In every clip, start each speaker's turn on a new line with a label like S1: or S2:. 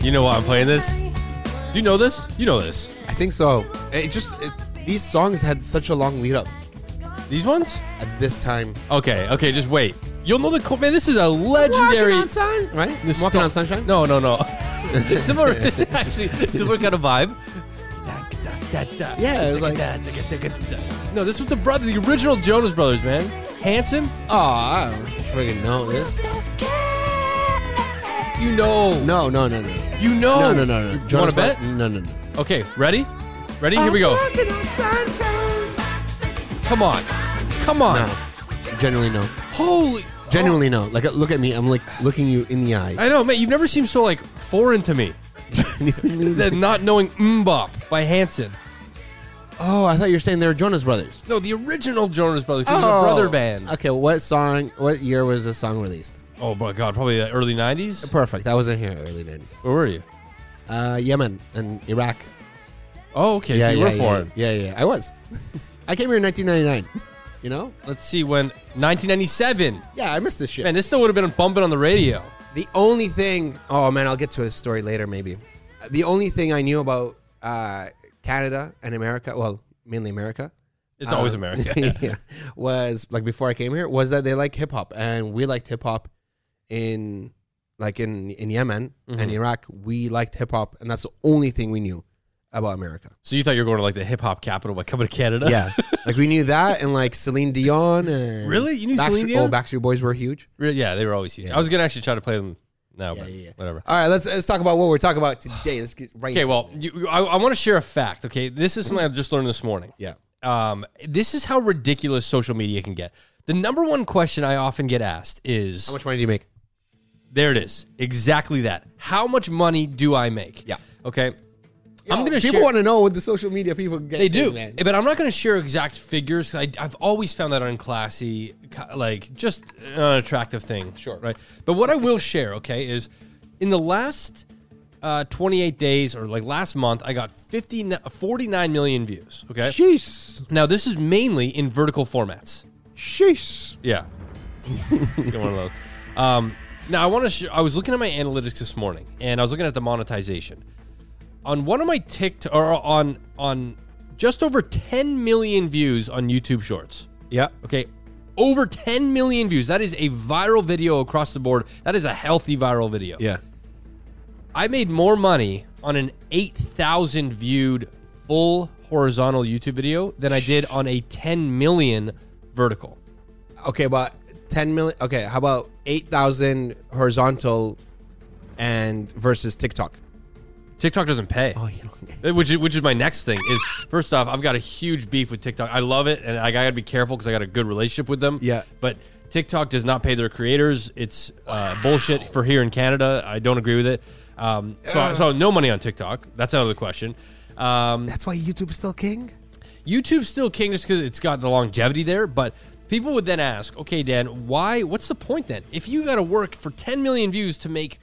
S1: You know why I'm playing this? Do you know this? You know this.
S2: I think so. It just it, these songs had such a long lead up
S1: These ones?
S2: at this time.
S1: Okay, okay, just wait. You'll know the chor- man. This is a legendary.
S2: Walking on sun, right?
S1: This
S2: Walking
S1: sto-
S2: on sunshine.
S1: No, no, no. similar, actually, similar kind of vibe.
S2: Yeah, it was like-
S1: No, this was the brother, the original Jonas Brothers, man. Handsome.
S2: Oh, I don't friggin' know this.
S1: You know.
S2: No, no, no, no.
S1: You know.
S2: No, no, no, no.
S1: Oh, You want
S2: Jonas
S1: to bet?
S2: Brothers- No, no, no.
S1: Okay, ready? Ready? Here we go. Come on. Come on.
S2: No. Generally no.
S1: Holy.
S2: Genuinely no. Like look at me. I'm like looking you in the eye.
S1: I know, man. You've never seemed so like foreign to me. That not knowing "Mbop" by Hanson.
S2: oh, I thought you were saying they were Jonas Brothers. Oh.
S1: No, the original Jonas Brothers. It was a brother band.
S2: Okay, what song? What year was this song released?
S1: Oh my God, probably the early '90s.
S2: Perfect. I was in here early '90s.
S1: Where were you?
S2: Uh, Yemen and Iraq.
S1: Oh, okay. so you were
S2: yeah,
S1: foreign.
S2: Yeah, yeah, yeah. I was. I came here in 1999. You know?
S1: Let's see when 1997.
S2: Yeah, I missed this shit.
S1: Man, this still would have been bumping on the radio.
S2: The only thing, oh man, I'll get to his story later, maybe. The only thing I knew about uh, Canada and America, well, mainly America,
S1: It's always
S2: uh,
S1: America.
S2: yeah, was like before I came here, was that they like hip hop, and we liked hip hop in like in in Yemen
S1: Mm-hmm.
S2: and Iraq. We liked hip hop, and that's the only thing we knew about America.
S1: So you thought you were going to like the hip hop capital by coming to Canada?
S2: Yeah, like we knew that, and like Celine Dion. And
S1: Really? You knew
S2: Backstreet-
S1: Celine Dion?
S2: Oh, Backstreet Boys were huge.
S1: Really? Yeah, they were always huge. I was gonna actually try to play them now, but
S2: yeah, yeah.
S1: whatever.
S2: All right, let's let's talk about what we're talking about today. Let's get right.
S1: Okay,
S2: into
S1: well,
S2: it.
S1: you, you- I, I want to share a fact. Okay, this is something I've just learned this morning.
S2: yeah.
S1: Um, this is how ridiculous social media can get. The number one question I often get asked is,
S2: How much money do you make?
S1: "There it is, exactly that. How much money do I make?"
S2: Yeah.
S1: Okay. I'm gonna
S2: people
S1: share.
S2: want to know what the social media people get.
S1: They do,
S2: man.
S1: but I'm not going to share exact figures. 'cause I, I've always found that unclassy, ki- like just an unattractive thing.
S2: Sure.
S1: right. But what I will share, okay, is in the last uh, 28 days or like last month, I got 50, 49 million views. Okay,
S2: Sheesh,
S1: now this is mainly in vertical formats.
S2: sheesh.
S1: Yeah. Get one of those. Um, now I want to. Sh- I was looking at my analytics this morning, and I was looking at the monetization on one of my TikTok or on on just over 10 million views on YouTube Shorts.
S2: Yeah,
S1: Okay, over 10 million views. That is a viral video across the board. That is a healthy viral video.
S2: yeah.
S1: I made more money on an 8,000 viewed full horizontal YouTube video than I did on a 10 million vertical.
S2: Okay, but ten million. Okay, how about eight thousand horizontal, and versus TikTok?
S1: TikTok doesn't pay.
S2: Oh, you don't.
S1: Uh, Which is, which is my next thing is first off, I've got a huge beef with TikTok. I love it, and I, I gotta be careful because I got a good relationship with them.
S2: Yeah.
S1: but TikTok does not pay their creators. It's uh, bullshit for here in Canada. I don't agree with it. Um, so, so no money on TikTok. That's out of the question. Um,
S2: That's why YouTube's still king.
S1: YouTube's still king just because it's got the longevity there, but people would then ask, okay, Dan, why? What's the point then? If you got to work for 10 million views to make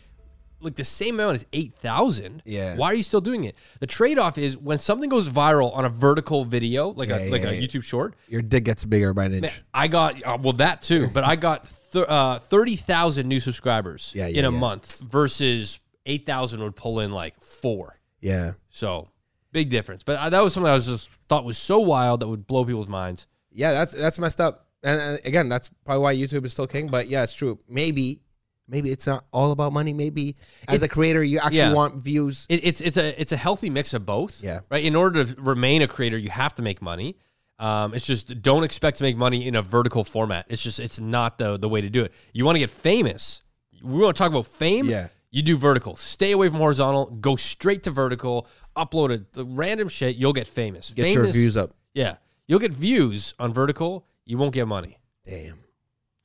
S1: like the same amount as 8,000,
S2: Yeah.
S1: why are you still doing it? The trade off is when something goes viral on a vertical video, like a,
S2: Yeah,
S1: like
S2: yeah,
S1: a
S2: yeah.
S1: YouTube short,
S2: Your dick gets bigger by an inch.
S1: I got, uh, well, that too, but I got th- uh, 30,000 new subscribers
S2: Yeah, yeah,
S1: in a
S2: yeah.
S1: month versus 8,000 would pull in like four.
S2: Yeah.
S1: So big difference. But I, that was something I was just thought was so wild that would blow people's minds.
S2: Yeah, that's that's messed up. And, and again, that's probably why YouTube is still king. But yeah, it's true. Maybe, maybe it's not all about money. Maybe as a creator, you actually
S1: yeah.
S2: want views.
S1: It, it's it's a it's a healthy mix of both.
S2: Yeah.
S1: Right. In order to remain a creator, you have to make money. Um, it's just don't expect to make money in a vertical format. It's just it's not the the way to do it. You want to get famous. We want to talk about fame.
S2: Yeah.
S1: You do vertical. Stay away from horizontal. Go straight to vertical. Upload it. The random shit. You'll get famous.
S2: Get
S1: famous,
S2: your views up.
S1: Yeah. You'll get views on vertical. You won't get money.
S2: Damn,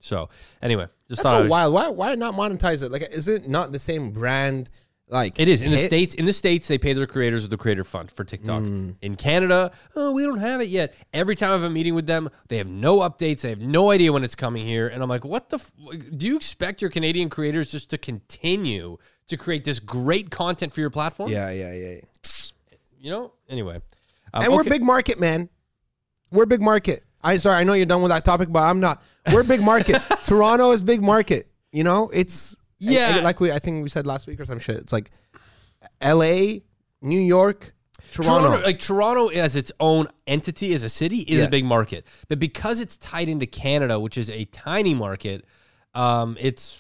S1: So anyway, just
S2: that's
S1: thought I
S2: so
S1: was-
S2: wild. Why why not monetize it? Like, is it not the same brand? Like
S1: It is in the
S2: hit?
S1: states. In the states, they pay their creators with the creator fund for TikTok.
S2: Mm.
S1: In Canada, oh, we don't have it yet. Every time I have a meeting with them, they have no updates. They have no idea when it's coming here, and I'm like, what the? F- do you expect your Canadian creators just to continue to create this great content for your platform?
S2: Yeah, yeah, yeah. yeah.
S1: You know. Anyway, um,
S2: and we're
S1: okay.
S2: big market, man. We're big market. I sorry, I know you're done with that topic, but I'm not. We're big market. Toronto is big market. You know, it's I- I-
S1: Yeah.
S2: like we I think we said last week or some shit. It's like L.A., New York, Toronto.
S1: Toronto. like Toronto as its own entity as a city is
S2: Yeah.
S1: a big market, but because it's tied into Canada, which is a tiny market, um, it's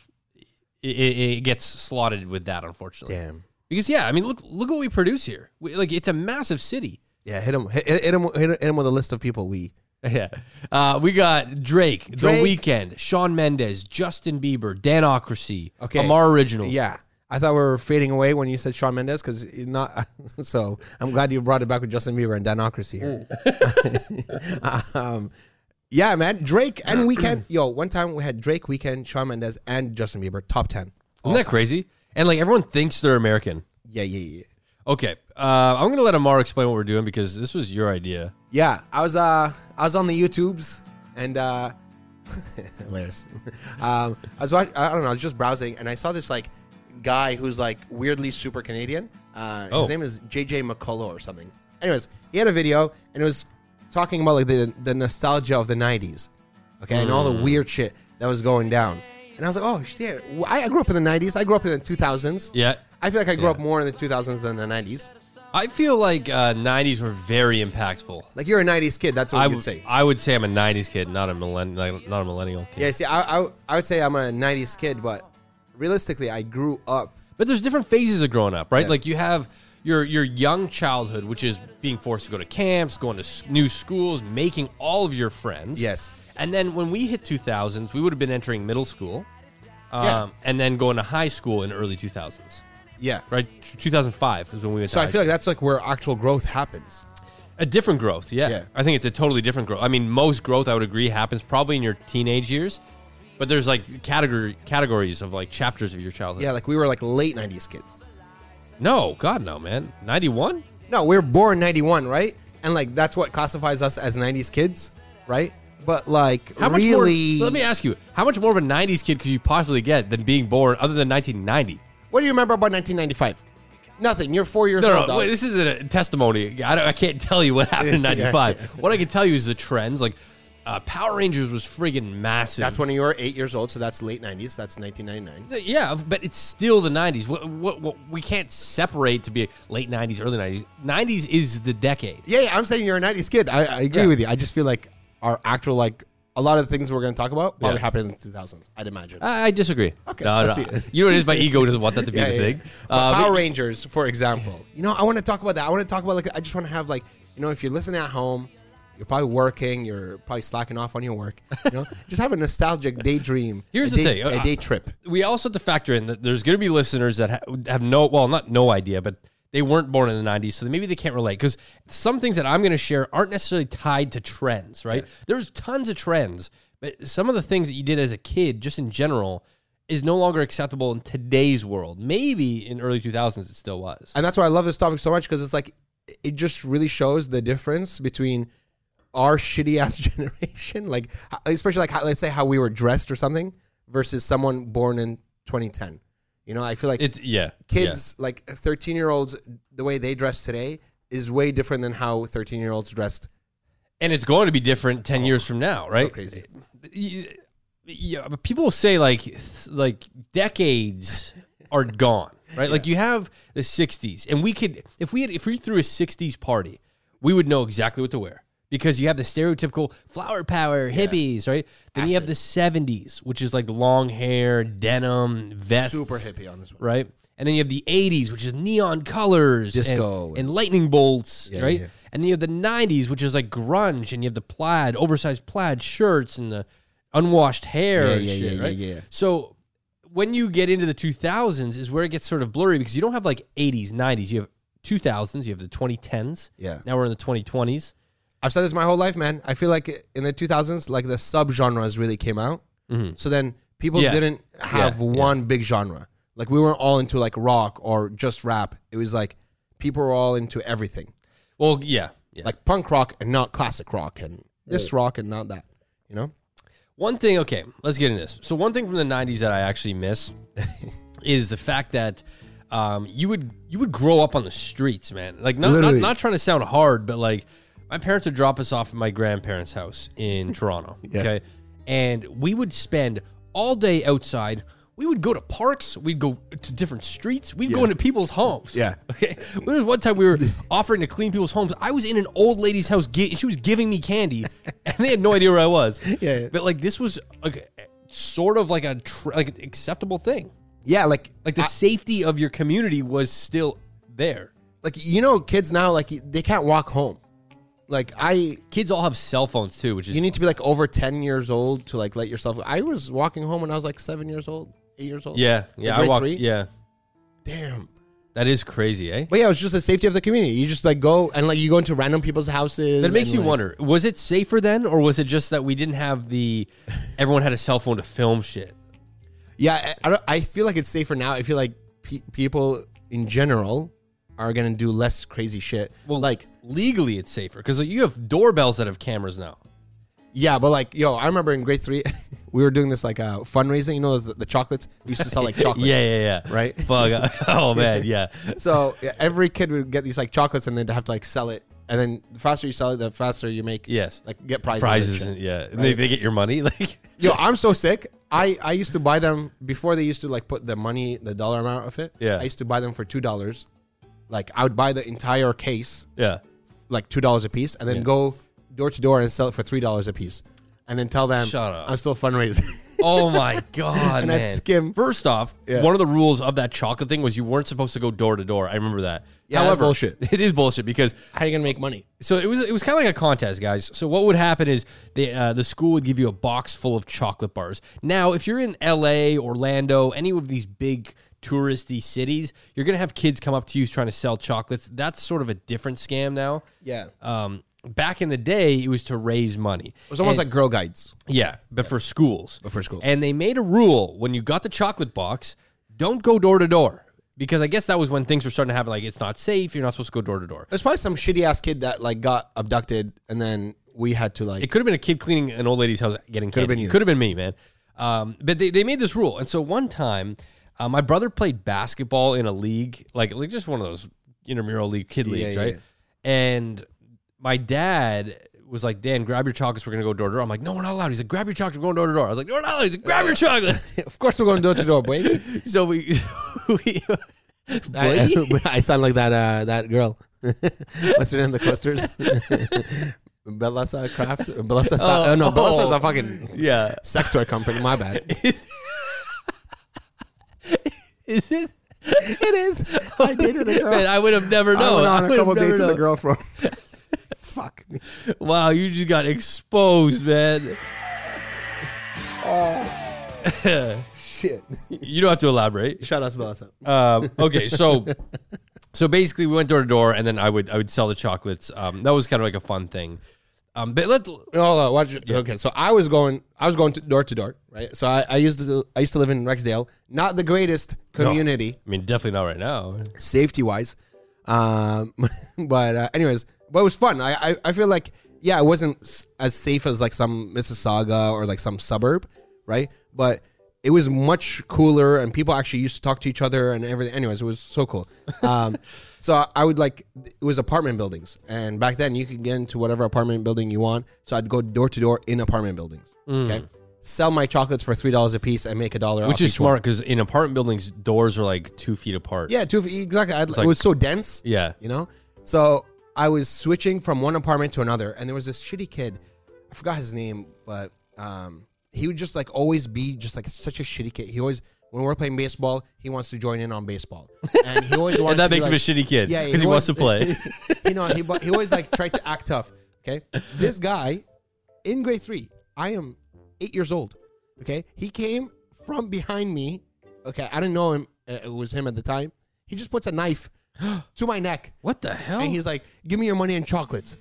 S1: it, it gets slotted with that unfortunately.
S2: Damn.
S1: Because yeah, I mean look look what we produce here. We, like it's a massive city.
S2: Yeah, hit him, hit, hit him, hit him with a list of people we.
S1: Yeah, uh, we got Drake,
S2: Drake.
S1: The Weeknd, Sean Mendez, Justin Bieber, Danocracy,
S2: Okay.
S1: Amar Original.
S2: Yeah, I thought we were fading away when you said Sean Mendes because not. So I'm glad you brought it back with Justin Bieber and Danocracy here. um, yeah, man, Drake and Weekend. Yo, one time we had Drake, Weekend, Sean Mendes, and Justin Bieber top ten.
S1: isn't
S2: Oh.
S1: that crazy? And like everyone thinks they're American.
S2: Yeah, yeah, yeah.
S1: Okay, uh, I'm gonna let Amar explain what we're doing because this was your idea.
S2: Yeah, I was uh I was on the YouTubes and uh hilarious. um I was watch- I don't know, I was just browsing and I saw this like guy who's like weirdly super Canadian. Uh
S1: Oh.
S2: his name is JJ McCullough or something. Anyways, he had a video and it was talking about like the the nostalgia of the 90s. Okay? And all the
S1: Mm.
S2: weird shit that was going down. And I was like, "Oh shit, w- I I grew up in the 90s. I grew up in the 2000s."
S1: Yeah,
S2: I feel like I grew up more in the 2000s than the 90s.
S1: I feel like uh, '90s were very impactful.
S2: Like you're a 90s kid, that's what
S1: I
S2: you
S1: would
S2: would say.
S1: I would say I'm a '90s kid, not a millenn- like, not a millennial. Kid.
S2: Yeah, see, I, I I would say I'm a '90s kid, but realistically, I grew up.
S1: But there's different phases of growing up, right? Like you have your your young childhood, which is being forced to go to camps, going to s- new schools, making all of your friends.
S2: Yes.
S1: And then when we hit 2000s, we would have been entering middle school, um,
S2: Yeah.
S1: and then going to high school in early 2000s.
S2: Yeah,
S1: Right, 2005 is when we went.
S2: so
S1: to
S2: I
S1: high
S2: feel like that's like where actual growth happens.
S1: A different growth, yeah.
S2: Yeah.
S1: I think it's a totally different growth. I mean, most growth, I would agree, happens probably in your teenage years, but there's like category categories of like chapters of your childhood.
S2: Yeah, like we were like late '90s kids.
S1: No, God, no, man. 91?
S2: No, we were born '91, right? And like that's what classifies us as '90s kids, right? But like,
S1: How much
S2: really,
S1: more? Let me ask you, how much more of a 90s kid could you possibly get than being born other than 1990?
S2: what do you remember about 1995? Nothing. You're four years
S1: No,
S2: old.
S1: no,
S2: dog.
S1: wait, this isn't a testimony. I, don't, I can't tell you what happened in
S2: Yeah,
S1: 95. What I can tell you is the trends. Like, uh, Power Rangers was friggin' massive.
S2: that's when you were eight years old, so that's late '90s. That's 1999.
S1: Yeah, but it's still the '90s. What, what, what we can't separate to be late '90s, early '90s. '90s is the decade.
S2: Yeah, yeah, I'm saying you're a '90s kid. I, I agree
S1: Yeah.
S2: with you. I just feel like our actual like a lot of the things we're going to talk about probably
S1: Yeah. Ah.
S2: happened in the 2000s. I'd imagine.
S1: I, I disagree.
S2: Okay,
S1: no,
S2: let's
S1: no.
S2: see.
S1: you know what it is. My ego doesn't want that to be
S2: Yeah,
S1: the
S2: yeah,
S1: thing.
S2: yeah. But
S1: Uh,
S2: Power
S1: but-
S2: Rangers, for example. You know, I want to talk about that. I want to talk about like I just want to have like you know if you're listening at home, you're probably working, you're probably slacking off on your work. You know, just have a nostalgic daydream.
S1: Here's
S2: a
S1: the
S2: day-
S1: thing.
S2: a day trip.
S1: we also have to factor in that there's going to be listeners that ha- have no, well, not no idea, but they weren't born in the 90s, so maybe they can't relate because some things that I'm going to share aren't necessarily tied to trends, right? There's tons of trends, but some of the things that you did as a kid, just in general, is no longer acceptable in today's world. Maybe in early 2000s it still was.
S2: and that's why I love this topic so much because it's like it just really shows the difference between our shitty ass generation, like h- especially like how, let's say how we were dressed or something, versus someone born in 2010. You know, I feel like
S1: It, yeah,
S2: kids like 13 year olds the way they dress today is way different than how 13 year olds dressed
S1: yeah. and it's going to be different 10 years from now, right?
S2: Oh, crazy.
S1: You- yeah, but people say like like decades are gone, right? Like you have the '60s, and we could if we had if we threw a '60s party, we would know exactly what to wear because you have the stereotypical flower power hippies, right? Then you have the '70s, which is like long hair, denim, vests,
S2: super hippie on this one
S1: right? And then you have the 80s, which is neon colors, and-
S2: Disco
S1: and,
S2: and-
S1: lightning bolts, right?
S2: yeah.
S1: And then you have the 90s, which is like grunge, and you have the plaid, oversized plaid shirts, and the unwashed hair.
S2: Yeah,
S1: and
S2: yeah,
S1: shit,
S2: yeah, yeah,
S1: right?
S2: yeah.
S1: So when you get into the 2000s, is where it gets sort of blurry because you don't have like 80s, 90s. You have 2000s, you have the 2010s.
S2: Yeah.
S1: Now we're in the 2020s.
S2: i've said this my whole life man i feel like in the 2000s like the subgenres really came out so then people
S1: Mm-hmm. Yeah.
S2: didn't have
S1: Yeah, yeah.
S2: one big genre like we weren't all into like rock or just rap it was like people were all into everything
S1: Well, yeah. yeah.
S2: like punk rock and not classic rock and this rock and not that you know
S1: One thing, okay, let's get into this. So, one thing from the '90s that I actually miss is the fact that um, you would you would grow up on the streets, man. Like, not, not
S2: Literally.
S1: not trying to sound hard, but like, my parents would drop us off at my grandparents' house in Toronto, okay, and we would spend all day outside We would go to parks. We'd go to different streets. We'd go into people's homes.
S2: Yeah.
S1: Okay. There was one time we were offering to clean people's homes. I was in an old lady's house. Gi- she was giving me candy, and they had no idea where I was.
S2: Yeah, yeah.
S1: But like this was like, sort of like a tr- like an acceptable thing.
S2: Yeah, like
S1: Like the safety of your community was still there.
S2: like you know kids now like they can't walk home. Like I
S1: Kids all have cell phones too, which is
S2: you need to be like over 10 years old to like let yourself I was walking home when I was like 7 years old, 8 years old.
S1: yeah yeah. I
S2: grade
S1: walked
S2: three?
S1: yeah.
S2: Damn.
S1: That is crazy, eh?
S2: But yeah, it was just the safety of the community. You just like go and like you go into random people's houses.
S1: That makes
S2: and,
S1: you
S2: like-
S1: wonder: was it safer then, or was it just that we didn't have the everyone had a cell phone to film shit?
S2: Yeah, I, I, don't, I feel like it's safer now. I feel like pe- people in general are gonna do less crazy shit. Well, like
S1: Legally, it's safer because you have doorbells that have cameras now.
S2: yeah, but like yo, I remember in grade three, we were doing this like uh, fundraising. You know, the, the chocolates we used to sell like chocolates.
S1: Yeah, yeah, yeah.
S2: Right?
S1: Fuck. Oh man, yeah.
S2: So yeah, every kid would get these like chocolates, and they'd have to like sell it. And then the faster you sell it, the faster you make.
S1: Yes.
S2: Like get prizes. and
S1: Prizes,
S2: shit.
S1: and, yeah. And They, they get your money. Like,
S2: Yo, I'm so sick. I, I used to buy them before they used to like put the money, the dollar amount of it.
S1: Yeah.
S2: I used to buy them for two dollars. Like I would buy the entire case,
S1: yeah.
S2: like two dollars a piece, and then go door to door and sell it for three dollars a piece, and then tell them
S1: Shut up.
S2: I'm still fundraising.
S1: Oh my god,
S2: And
S1: man.
S2: I'd skim.
S1: First off,
S2: Yeah.
S1: one of the rules of that chocolate thing was you weren't supposed to go door to door. I remember that.
S2: Yeah, that's bullshit.
S1: It is bullshit because
S2: How are you gonna make money?
S1: so it was it was kind of like a contest, guys. So what would happen is the uh, the school would give you a box full of chocolate bars. Now, if you're in L.A., Orlando, any of these big touristy cities, you're gonna have kids come up to you trying to sell chocolates. That's sort of a different scam now.
S2: Yeah, it
S1: Um, back in the day, it was to raise money.
S2: was almost like girl guides.
S1: Yeah, but for schools. But
S2: for schools.
S1: And they made a rule when you got the chocolate box, don't go door to door. Because I guess that was when things were starting to happen. Like, it's not safe. You're not supposed to go door to door.
S2: There's probably some shitty ass kid that like got abducted, and then we had to like
S1: It could have been a kid cleaning an old lady's house getting could
S2: have been you.
S1: Could have been me, man. Um, but they, they made this rule. And so one time, uh, my brother played basketball in a league, like, like just one of those intramural league kid leagues,
S2: yeah,
S1: right? And my dad was like, Dan, grab your chocolates. We're going to go door to door. I'm like, no, we're not allowed. He's like, grab your chocolates. We're going door to door. I was like, no, we're not allowed. He's like, grab your chocolates.
S2: of course we're going door to door, baby.
S1: So we, we Brady?
S2: I, I sound like that uh, that girl. What's her name? The coasters. Belessa Craft. Belessa. Sa-
S1: Oh.
S2: uh, no, Belessa's a fucking
S1: yeah.
S2: sex toy company. My bad.
S1: Is it?
S2: it is. I dated a girl.
S1: Man, I would have never
S2: I
S1: known.
S2: went on
S1: would
S2: a couple
S1: have never
S2: dates with a
S1: known.
S2: girl from. Fuck me.
S1: Wow, you just got exposed, man.
S2: Shit.
S1: You don't have to elaborate.
S2: Shout out to Belessa.
S1: Um, okay, so so basically, we went door to door, and then I would I would sell the chocolates. Um, that was kind of like a fun thing. Um, but let
S2: Hold on, watch it. Okay, so I was going, I was going to door to door, right? So I, I used to, I used to live in Rexdale, not the greatest community.
S1: I mean, definitely not right now.
S2: safety wise. Um, but uh, anyways, but it was fun. I, I I feel like yeah, it wasn't s- as safe as like some Mississauga or like some suburb, right? But it was much cooler, and people actually used to talk to each other and everything. Anyways, it was so cool. Um, so I- I would like it was apartment buildings, and back then you could get into whatever apartment building you want. So I'd go door to door in apartment buildings. Okay. Sell my chocolates for three dollars a piece and make a dollar,
S1: Mm. Which is smart because in apartment buildings, doors are like two feet apart.
S2: Yeah, two exactly. I'd, it was so dense
S1: yeah.
S2: you know so i was switching from one apartment to another and there was this shitty kid i forgot his name but um he would just like always be just like such a shitty kid he always when we're playing baseball he wants to join in on baseball and he always wanted
S1: And that
S2: to be
S1: makes him a
S2: like-
S1: shitty kid.
S2: Yeah, yeah,
S1: because he wants to play.
S2: always- you know he, bu- he always like tried to act tough okay this guy in grade three i am eight years old okay he came from behind me okay i didn't know him uh, it was him at the time he just puts a knife to my neck
S1: what the hell?
S2: and he's like, "Give me your money and chocolates."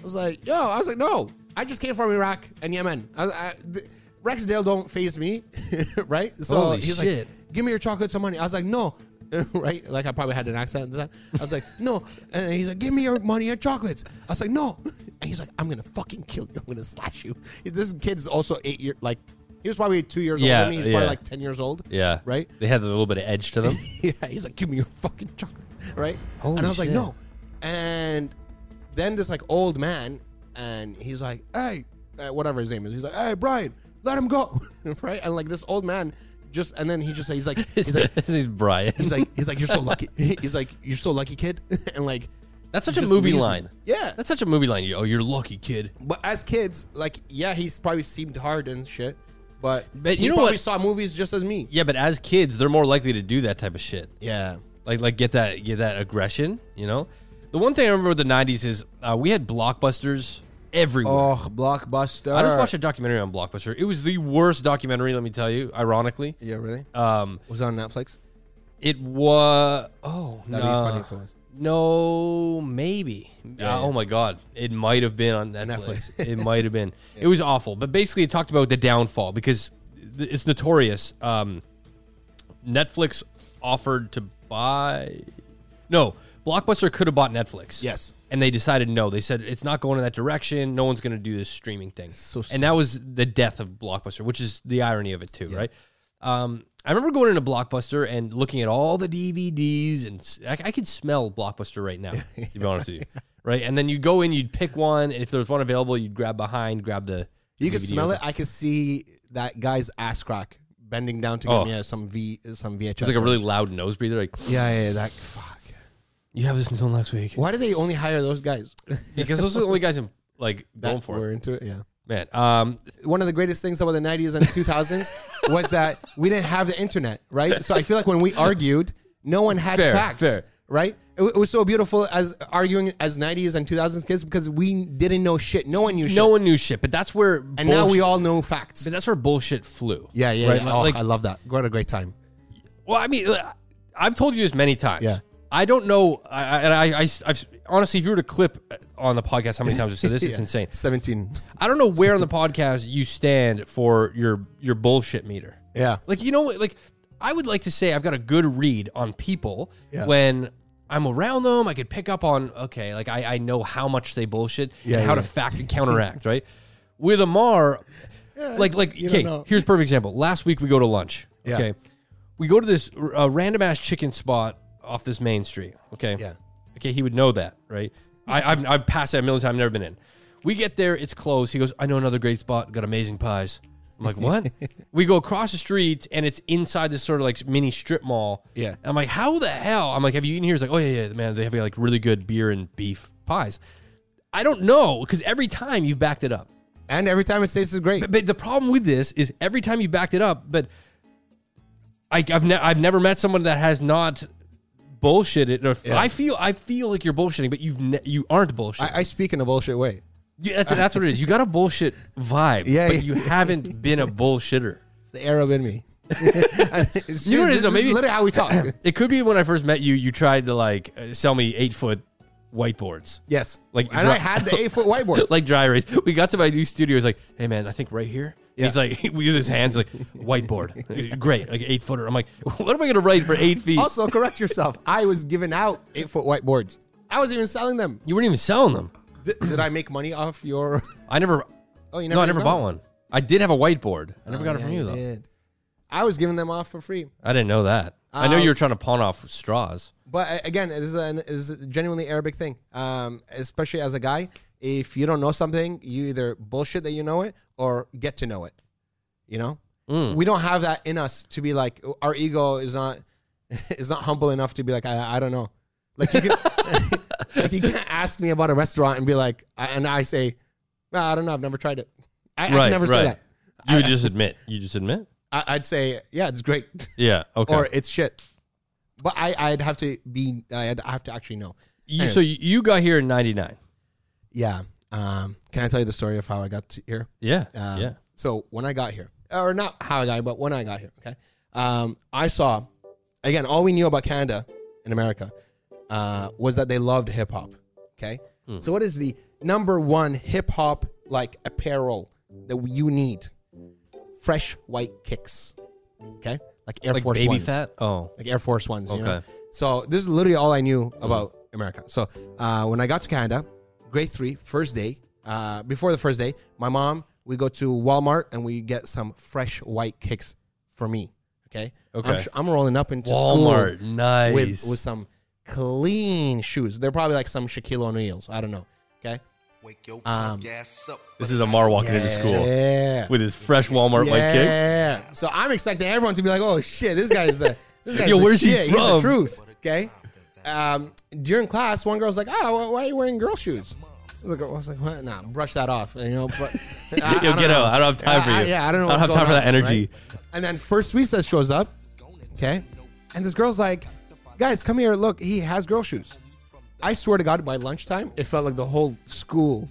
S2: I was like, "Yo," I was like, "No, I just came from Iraq and Yemen. I, I, th- Rexdale don't phase me, right?" So
S1: Holy
S2: he's
S1: shit.
S2: like, "Give me your chocolates and money." I was like, "No." right, like I probably had an accent at the time. I was like, "No," and he's like, "Give me your money and chocolates." I was like, "No," and he's like, "I'm gonna fucking kill you. I'm gonna slash you." This kid's also eight year, like he was probably two years
S1: Yeah,
S2: old. Than me. He's probably
S1: yeah.
S2: like ten years old.
S1: yeah.
S2: right
S1: They had a little bit of edge to them.
S2: yeah, he's like, give me your fucking chocolate, right?
S1: Holy
S2: and I was like,
S1: shit.
S2: no. And then this like old man, and he's like, hey, uh, whatever his name is, he's like, hey, Brian, let him go, right? And like this old man just and then he just he's like
S1: His
S2: he's like
S1: his name's Brian.
S2: he's like he's like you're so lucky. He's like you're so lucky, kid. and like
S1: That's such a
S2: just
S1: movie
S2: leaves me.
S1: line.
S2: Yeah,
S1: That's such a movie line. You- Oh, you're lucky, kid.
S2: but as kids, like yeah, he's probably seemed hard and shit. But
S1: But
S2: he
S1: you know
S2: probably
S1: what-
S2: saw movies just as me.
S1: Yeah, but as kids, they're more likely to do that type of shit.
S2: Yeah,
S1: like like get that get that aggression. You know, the one thing I remember with the '90s is uh, we had blockbusters everywhere.
S2: Oh, blockbuster!
S1: I just watched a documentary on Blockbuster. It was the worst documentary, let me tell you. Ironically,
S2: Yeah, really?
S1: um,
S2: was it on Netflix?
S1: it was. Oh
S2: That'd be funny
S1: no,
S2: if it was.
S1: no, maybe. Uh, Oh my god, it might have been on Netflix.
S2: Netflix.
S1: it might have been. It was awful. But basically, it talked about the downfall because th- it's notorious. Um, Netflix offered to buy. No, Blockbuster could have bought Netflix.
S2: Yes.
S1: And they decided no. They said it's not going in that direction. No one's going to do this streaming thing.
S2: So stupid.
S1: and that was the death of Blockbuster, which is the irony of it too, right? Um, I remember going into Blockbuster and looking at all the DVDs, and s- I, I could smell Blockbuster right now. to be honest with you, right? And then you go in, you'd pick one, and if there was one available, you'd grab behind, grab the.
S2: You could
S1: DVD
S2: smell
S1: or
S2: it. I could see that guy's ass crack bending down to
S1: Oh.
S2: give me uh, some V some VHS.
S1: It's like a really loud nose breather. Like
S2: yeah, yeah, yeah, that fuck.
S1: you have this until next week
S2: Why do they only hire those guys?
S1: because those are the only guys in like going
S2: That
S1: for it,
S2: were into it. Yeah.
S1: man. Um,
S2: one of the greatest things about the 90s and 2000s was that we didn't have the internet, right? So I feel like when we argued, no one had
S1: Fair,
S2: facts,
S1: fair.
S2: right? It, wa- it was so beautiful as arguing as 90s and 2000s kids because we didn't know shit. No one knew shit.
S1: no one knew shit, but that's where
S2: and now we
S1: bullshit-
S2: all know facts.
S1: But that's where bullshit flew.
S2: Yeah, yeah,
S1: right?
S2: yeah. Oh,
S1: like,
S2: I love that. What a great time.
S1: well, I mean, I've told you this many times.
S2: Yeah.
S1: I don't know. I, I, I, have honestly, if you were to clip on the podcast, how many times I said this, it's insane.
S2: 17.
S1: I don't know where on the podcast you stand for your your bullshit meter.
S2: Yeah.
S1: Like you know, what, like I would like to say I've got a good read on people
S2: Yeah.
S1: when I'm around them. I could pick up on okay, like I, I know how much they bullshit
S2: Yeah,
S1: and how to
S2: yeah.
S1: fact and counteract. right with Amar, like like
S2: you
S1: okay,
S2: don't know.
S1: here's a perfect example. Last week we go to lunch.
S2: Yeah.
S1: Okay, we go to this uh, random ass chicken spot off this main street. Okay,
S2: Yeah.
S1: Okay, he would know that, right? I, I've, I've passed that a million times, never been in. We get there, it's closed. He goes, I know another great spot, got amazing pies. I'm like, what? we go across the street and it's inside this sort of like mini strip mall.
S2: Yeah.
S1: I'm like, how the hell? I'm like, have you eaten here? He's like, oh, yeah, yeah, man, they have like really good beer and beef pies. I don't know because every time you've backed it up.
S2: And every time it says it's great.
S1: But the problem with this is every time you backed it up, but I, I've ne- I've never met someone that has not bullshitted. Or
S2: Yeah.
S1: I feel I feel like you're bullshitting, but you've ne- you aren't bullshitting.
S2: I, I speak in a bullshit way.
S1: Yeah, that's, that's what it is. You got a bullshit vibe,
S2: Yeah,
S1: but
S2: yeah.
S1: you haven't been a bullshitter.
S2: It's the Arab in me. you
S1: know what it is, though? Maybe-
S2: literally how we talk.
S1: It could be when I first met you. You tried to like uh, sell me eight foot whiteboards.
S2: yes.
S1: Like
S2: and
S1: dra-
S2: I had the eight foot whiteboard.
S1: like dry erase. We got to my new studio. He's like, "Hey man, I think right here." He's like, with his hands like whiteboard, great, like eight footer. I'm like, what am I gonna write for eight feet?
S2: Also, correct yourself. I was giving out eight foot whiteboards. I was even selling them.
S1: You weren't even selling them.
S2: D- did I make money off your?
S1: I never.
S2: Oh, you
S1: no, I
S2: even
S1: never
S2: know?
S1: bought one. I did have a whiteboard. I never got it
S2: Yeah,
S1: from you though.
S2: did. I was giving them off for free.
S1: I didn't know that. I know
S2: Um,
S1: you were trying to pawn off straws.
S2: But uh, again, this is, an, this is a genuinely Arabic thing. Um, especially as a guy, if you don't know something, you either bullshit that you know it or get to know it. You know,
S1: Mm.
S2: we don't have that in us to be like our ego is not is not humble enough to be like I, I don't know. Like you can like you can't ask me about a restaurant and be like I, and I say "Ah, I don't know I've never tried it. I, I
S1: right,
S2: can never
S1: right.
S2: say that.
S1: You would just admit. You just admit.
S2: I, I'd say yeah it's great.
S1: Yeah. Okay.
S2: or it's shit. But I, I'd have to be, I'd have to actually know.
S1: you, so you- you got here in '99.
S2: Yeah. Um, can I tell you the story of how I got to here?
S1: Yeah.
S2: Um,
S1: yeah.
S2: So when I got here, or not how I got here, but when I got here, okay. Um, I saw, again, all we knew about Canada and America uh, was that they loved hip hop. Okay.
S1: Hmm.
S2: So what is the number one hip hop like apparel that you need? Fresh white kicks. Okay. Like Air
S1: Like
S2: Force
S1: baby
S2: Ones.
S1: fat. Oh.
S2: like Air Force Ones. You know?
S1: Okay.
S2: So this is literally all I knew about America. So uh, when I got to Canada, grade three, first day, uh, before the first day, my mom, we go to Walmart and we get some fresh white kicks for me. Okay.
S1: Okay.
S2: I'm, sh- I'm rolling up into
S1: Walmart. Nice.
S2: school with, with some clean shoes. They're probably like some Shaquille O'Neal's. I don't know. Okay.
S3: Wake your punk ass up.
S1: This is Amar walking into school
S2: Yeah.
S1: with his fresh Walmart white kicks.
S2: yeah. So I'm expecting everyone to be like, "Oh shit, this guy's the this guy's
S1: Yo,
S2: the
S1: where's he
S2: shit. He's
S1: from?
S2: the truth." Okay. Um, during class, one girl's like, "Oh, why- why are you wearing girl shoes?" Look, I was like, what? "Nah, brush that off." You know, but I, I
S1: Yo,
S2: don't
S1: get
S2: know.
S1: out. I don't have time for
S2: I- I-
S1: you.
S2: yeah, I don't know.
S1: I don't
S2: what's
S1: have time for
S2: going
S1: that
S2: on,
S1: energy.
S2: right? And then first recess shows up. Okay, and this girl's like, "Guys, come here. Look, he has girl shoes." I swear to God, by lunchtime, it felt like the whole school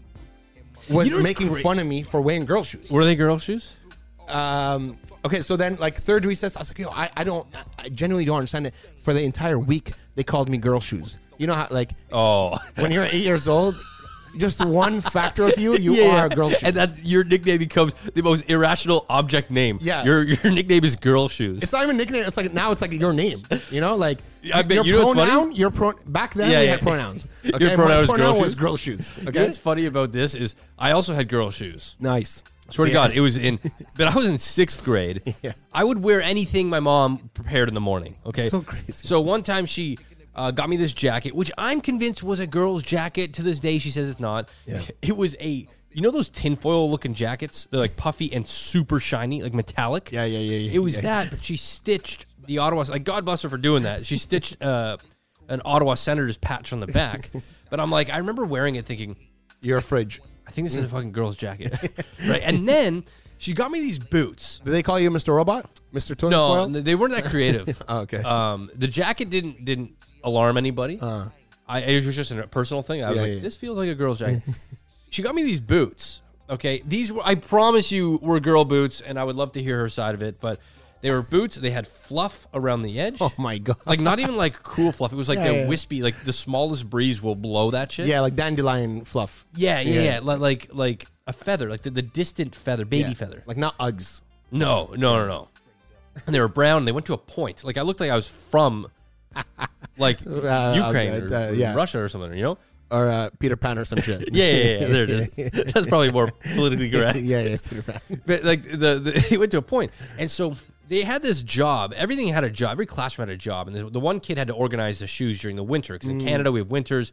S2: was
S1: You know what's
S2: making
S1: cra-
S2: fun of me for wearing girl shoes.
S1: Were they girl shoes?
S2: Um, okay, so then like third recess, I was like, yo, I, I don't, I, I genuinely don't understand it. For the entire week, they called me girl shoes. You know how like
S1: Oh.
S2: when you're eight years old, just one factor of you, you are a girl shoes.
S1: And that's your nickname becomes the most irrational object name.
S2: Yeah.
S1: Your your nickname is girl shoes.
S2: it's not even a nickname. It's like now it's like your name. You know, like
S1: I bet-
S2: your
S1: you know what's funny?
S2: pronoun. Your pro back then
S1: Yeah,
S2: we
S1: yeah.
S2: had pronouns.
S1: Your
S2: Okay,
S1: pronoun
S2: My
S1: was girl
S2: pronoun was
S1: shoes.
S2: girl shoes. Okay,
S1: You know What's funny about this is I also had girl shoes.
S2: nice.
S1: Swear to
S2: So,
S1: God,
S2: yeah.
S1: it was in, but I was in sixth grade.
S2: Yeah.
S1: I would wear anything my mom prepared in the morning. Okay,
S2: So crazy.
S1: So one time she uh, got me this jacket, which I'm convinced was a girl's jacket. To this day, she says it's not. It was a, you know, those tinfoil looking jackets. They're like puffy and super shiny, like metallic.
S2: Yeah, yeah, yeah, yeah,
S1: It was
S2: yeah.
S1: that, but she stitched the Ottawa. Like God bless her for doing that. She stitched uh, an Ottawa Senators patch on the back. but I'm like, I remember wearing it, thinking.
S2: you're a fridge.
S1: I think this is a fucking girl's jacket. right. And then she got me these boots.
S2: Did they call you Mr. Robot, Mr. Toilet
S1: No,
S2: Foil?
S1: they weren't that creative.
S2: Oh, okay.
S1: Um, the jacket didn't didn't alarm anybody. I it was just a personal thing. I was
S2: Yeah,
S1: like,
S2: yeah.
S1: this feels like a girl's jacket. she got me these boots. Okay, these were I promise you were girl boots, and I would love to hear her side of it. But they were boots. They had fluff around the edge.
S2: oh my God.
S1: Like not even like cool fluff. It was like
S2: Yeah,
S1: the
S2: yeah.
S1: wispy. Like the smallest breeze will blow that shit.
S2: yeah, like dandelion fluff.
S1: Yeah, yeah,
S2: Yeah.
S1: yeah. Li- Like like a feather, like the, the distant feather, baby
S2: Yeah.
S1: feather.
S2: Like not Uggs.
S1: No, no, no, no. And they were brown. And they went to a point. Like I looked like I was from like Ukraine or
S2: uh, yeah.
S1: Russia or something. You know?
S2: Or uh, Peter Pan or some shit.
S1: Yeah, yeah, yeah. yeah, There it is. That's probably more politically correct.
S2: yeah, yeah, Peter Pan.
S1: But like the, the he went to a point, and so they had this job. Everything had a job. Every classroom had a job, and the, the one kid had to organize the shoes during the winter because
S2: Mm.
S1: in Canada we have winters.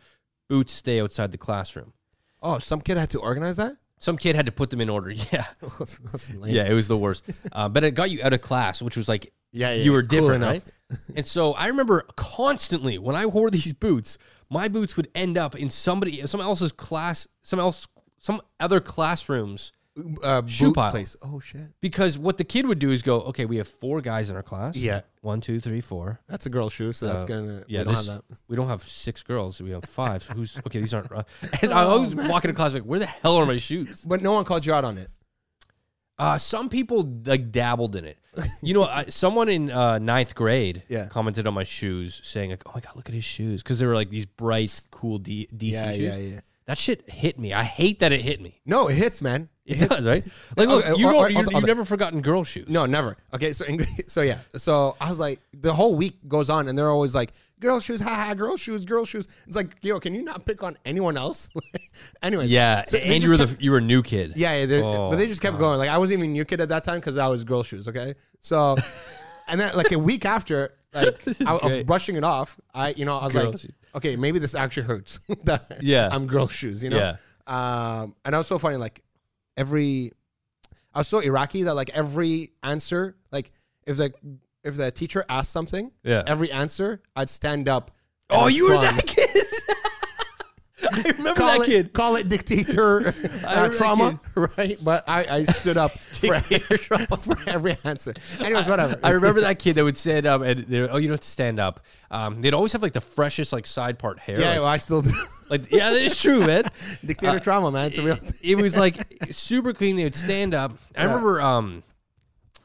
S1: Boots stay outside the classroom.
S2: Oh, some kid had to organize that?
S1: Some kid had to put them in order. Yeah.
S2: That's- that's lame.
S1: Yeah, it was the worst. uh, but it got you out of class, which was like,
S2: Yeah, yeah,
S1: you were
S2: cool
S1: different,
S2: enough.
S1: right? and so I remember constantly when I wore these boots, my boots would end up in somebody, some else's class, some else, some other classrooms.
S2: Uh, boot
S1: Shoe pile.
S2: place. Oh, shit.
S1: Because what the kid would do is go, okay, we have four guys in our class.
S2: Yeah.
S1: one, two, three, four.
S2: That's a girl's shoe, so that's going to.
S1: Oh. Yeah,
S2: we don't
S1: this-
S2: have that.
S1: we don't have six girls. We have five. So who's okay? These aren't. And
S2: Oh,
S1: I always walk into class like, where the hell are my shoes?
S2: But no one called you out on it.
S1: Uh, some people like dabbled in it. You know, I, someone in uh, ninth grade
S2: Yeah.
S1: commented on my shoes, saying like, "Oh my god, look at his shoes," because they were like these bright, cool, de- decent
S2: Yeah,
S1: shoes.
S2: yeah, yeah.
S1: That shit hit me. I hate that it hit me.
S2: No, it hits, Oh, man.
S1: It does, right? Like, look,
S2: Okay,
S1: you
S2: or-
S1: don't,
S2: or-
S1: you,
S2: or-
S1: you've never forgotten girl shoes.
S2: No, never. Okay, so English, so yeah, so I was like, the whole week goes on, and they're always like, "Girl shoes, haha, girl shoes, girl shoes." It's like, yo, can you not pick on anyone else? Anyways,
S1: Yeah,
S2: so they
S1: and you
S2: just
S1: were
S2: kept-
S1: the you were a new kid.
S2: Yeah, yeah they're-
S1: Oh,
S2: but they just kept going. Like I wasn't even a new kid at that time because I was girl shoes. Okay, so and then like a week after, like
S1: is
S2: I,
S1: great.
S2: of brushing it off, I you know I was
S1: Girl
S2: like,
S1: shoes.
S2: okay, maybe this actually hurts. that
S1: Yeah.
S2: I'm girl shoes. You know,
S1: Yeah.
S2: um, and I was so funny. Like every, I was so Iraqi that like every answer, like if the if the teacher asked something,
S1: Yeah.
S2: every answer, I'd stand up. and
S1: Oh, you were
S2: respond.
S1: that kid. I remember
S2: Call
S1: that
S2: it,
S1: kid.
S2: call it dictator uh,
S1: remember that
S2: trauma, right? But I, I stood up for for every answer. Anyways, whatever.
S1: I remember that kid that would stand up and they oh you don't have to stand up. Um, they'd always have like the freshest like side part hair.
S2: yeah,
S1: like,
S2: well, I still do.
S1: Like, yeah, that is true, man. Uh,
S2: dictator trauma, man. It's a real thing.
S1: It was like super clean. They would stand up. I remember um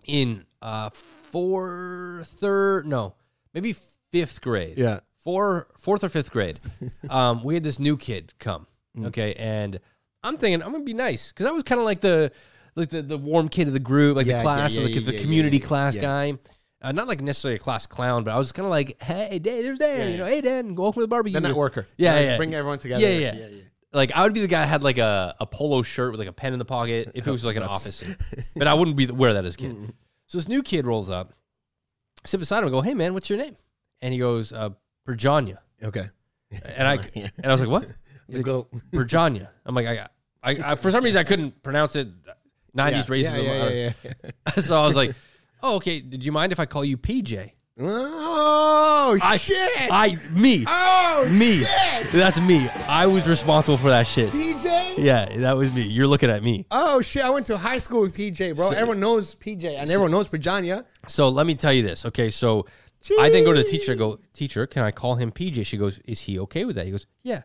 S1: in uh four third no, maybe fifth grade.
S2: Yeah.
S1: Four fourth or fifth grade. Um, we had this new kid come.
S2: Mm.
S1: Okay. And I'm thinking I'm gonna be nice. Cause I was kinda like the like the, the warm kid of the group, like
S2: Yeah,
S1: the
S2: yeah,
S1: class, or
S2: yeah,
S1: like the
S2: yeah, yeah,
S1: community
S2: yeah, yeah,
S1: class
S2: yeah.
S1: guy. Uh, not like necessarily a class clown, but I was kind of like, hey, Dan, there's Dan, you know, hey, Dan, welcome to the barbecue.
S2: The networker.
S1: Yeah,
S2: Let's
S1: yeah.
S2: Bring everyone together.
S1: Yeah, yeah. Like I would be the guy that had like a, a polo shirt with like a pen in the pocket if it was like an office, suit. but I wouldn't be the, wear that as a kid. So this new kid rolls up, I sit beside him, and go, "Hey man, what's your name?" And he goes, uh, "Perjanya,"
S2: Okay.
S1: and I and I was like, "What?"
S2: You go.
S1: Virginia. I'm like, I got. I, I for some reason I couldn't pronounce it. 90s
S2: Yeah,
S1: racism.
S2: yeah, yeah, yeah, yeah.
S1: so I was like, oh, okay. Do you mind if I call you PJ?
S2: Oh
S1: I,
S2: shit!
S1: I me.
S2: oh
S1: me.
S2: shit!
S1: That's me. I was responsible for that shit.
S2: PJ.
S1: Yeah, that was me. You're looking at me.
S2: Oh shit! I went to high school with PJ, bro. everyone knows PJ, and everyone knows Pajania.
S1: So let me tell you this. Okay, so I then go to the teacher. I go, teacher, can I call him PJ? She goes, is he okay with that? He goes, yeah.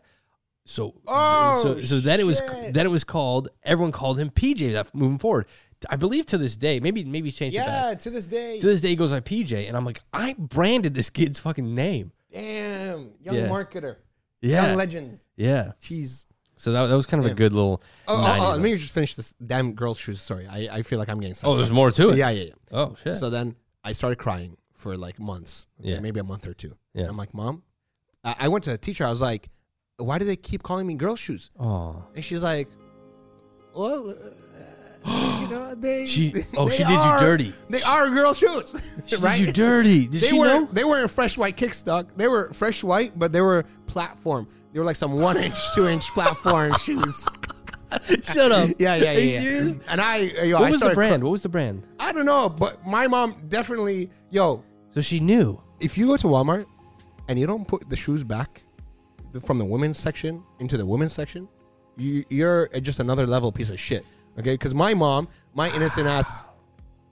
S1: So,
S2: Oh,
S1: so, so then it was
S2: shit.
S1: then it was called. Everyone called him PJ. That moving forward, I believe to this day, maybe maybe he's changed it back.
S2: Yeah, to this day.
S1: To this day, he goes by PJ, and I'm like, I branded this kid's fucking name.
S2: Damn, young
S1: Yeah.
S2: marketer, young
S1: Yeah,
S2: legend.
S1: yeah.
S2: Jeez.
S1: So that, that was kind of a good little.
S2: Oh,
S1: nine
S2: oh, oh,
S1: year
S2: let
S1: old.
S2: me just finish this damn girl's shoes. Sorry, I, I feel like I'm getting
S1: oh,
S2: sidetracked.
S1: there's more to it.
S2: yeah, yeah, yeah.
S1: Oh shit.
S2: So then I started crying for like months, okay,
S1: Yeah.
S2: maybe a month or two.
S1: Yeah.
S2: I'm like, mom, I, I went to a teacher. I was like, why do they keep calling me girl shoes?
S1: oh.
S2: And she's like, well, uh, you know, they.
S1: She- oh,
S2: they
S1: she did you
S2: are-
S1: dirty.
S2: They are girl shoes,
S1: She
S2: right?
S1: did you dirty. Did
S2: they
S1: she
S2: were
S1: know?
S2: they weren't fresh white kicks, dog. They were fresh white, but they were platform. They were like some one inch, two inch platform shoes.
S1: Shut up.
S2: Yeah, yeah,
S1: Are you
S2: yeah. yeah.
S1: serious?
S2: And I, uh, yo,
S1: What
S2: I
S1: was the
S2: started
S1: brand? What was the brand?
S2: I don't know, but my mom definitely, yo,
S1: So she knew.
S2: if you go to Walmart and you don't put the shoes back th- from the women's section into the women's section, you, you're just another level piece of shit. Okay, because my mom, my innocent ass,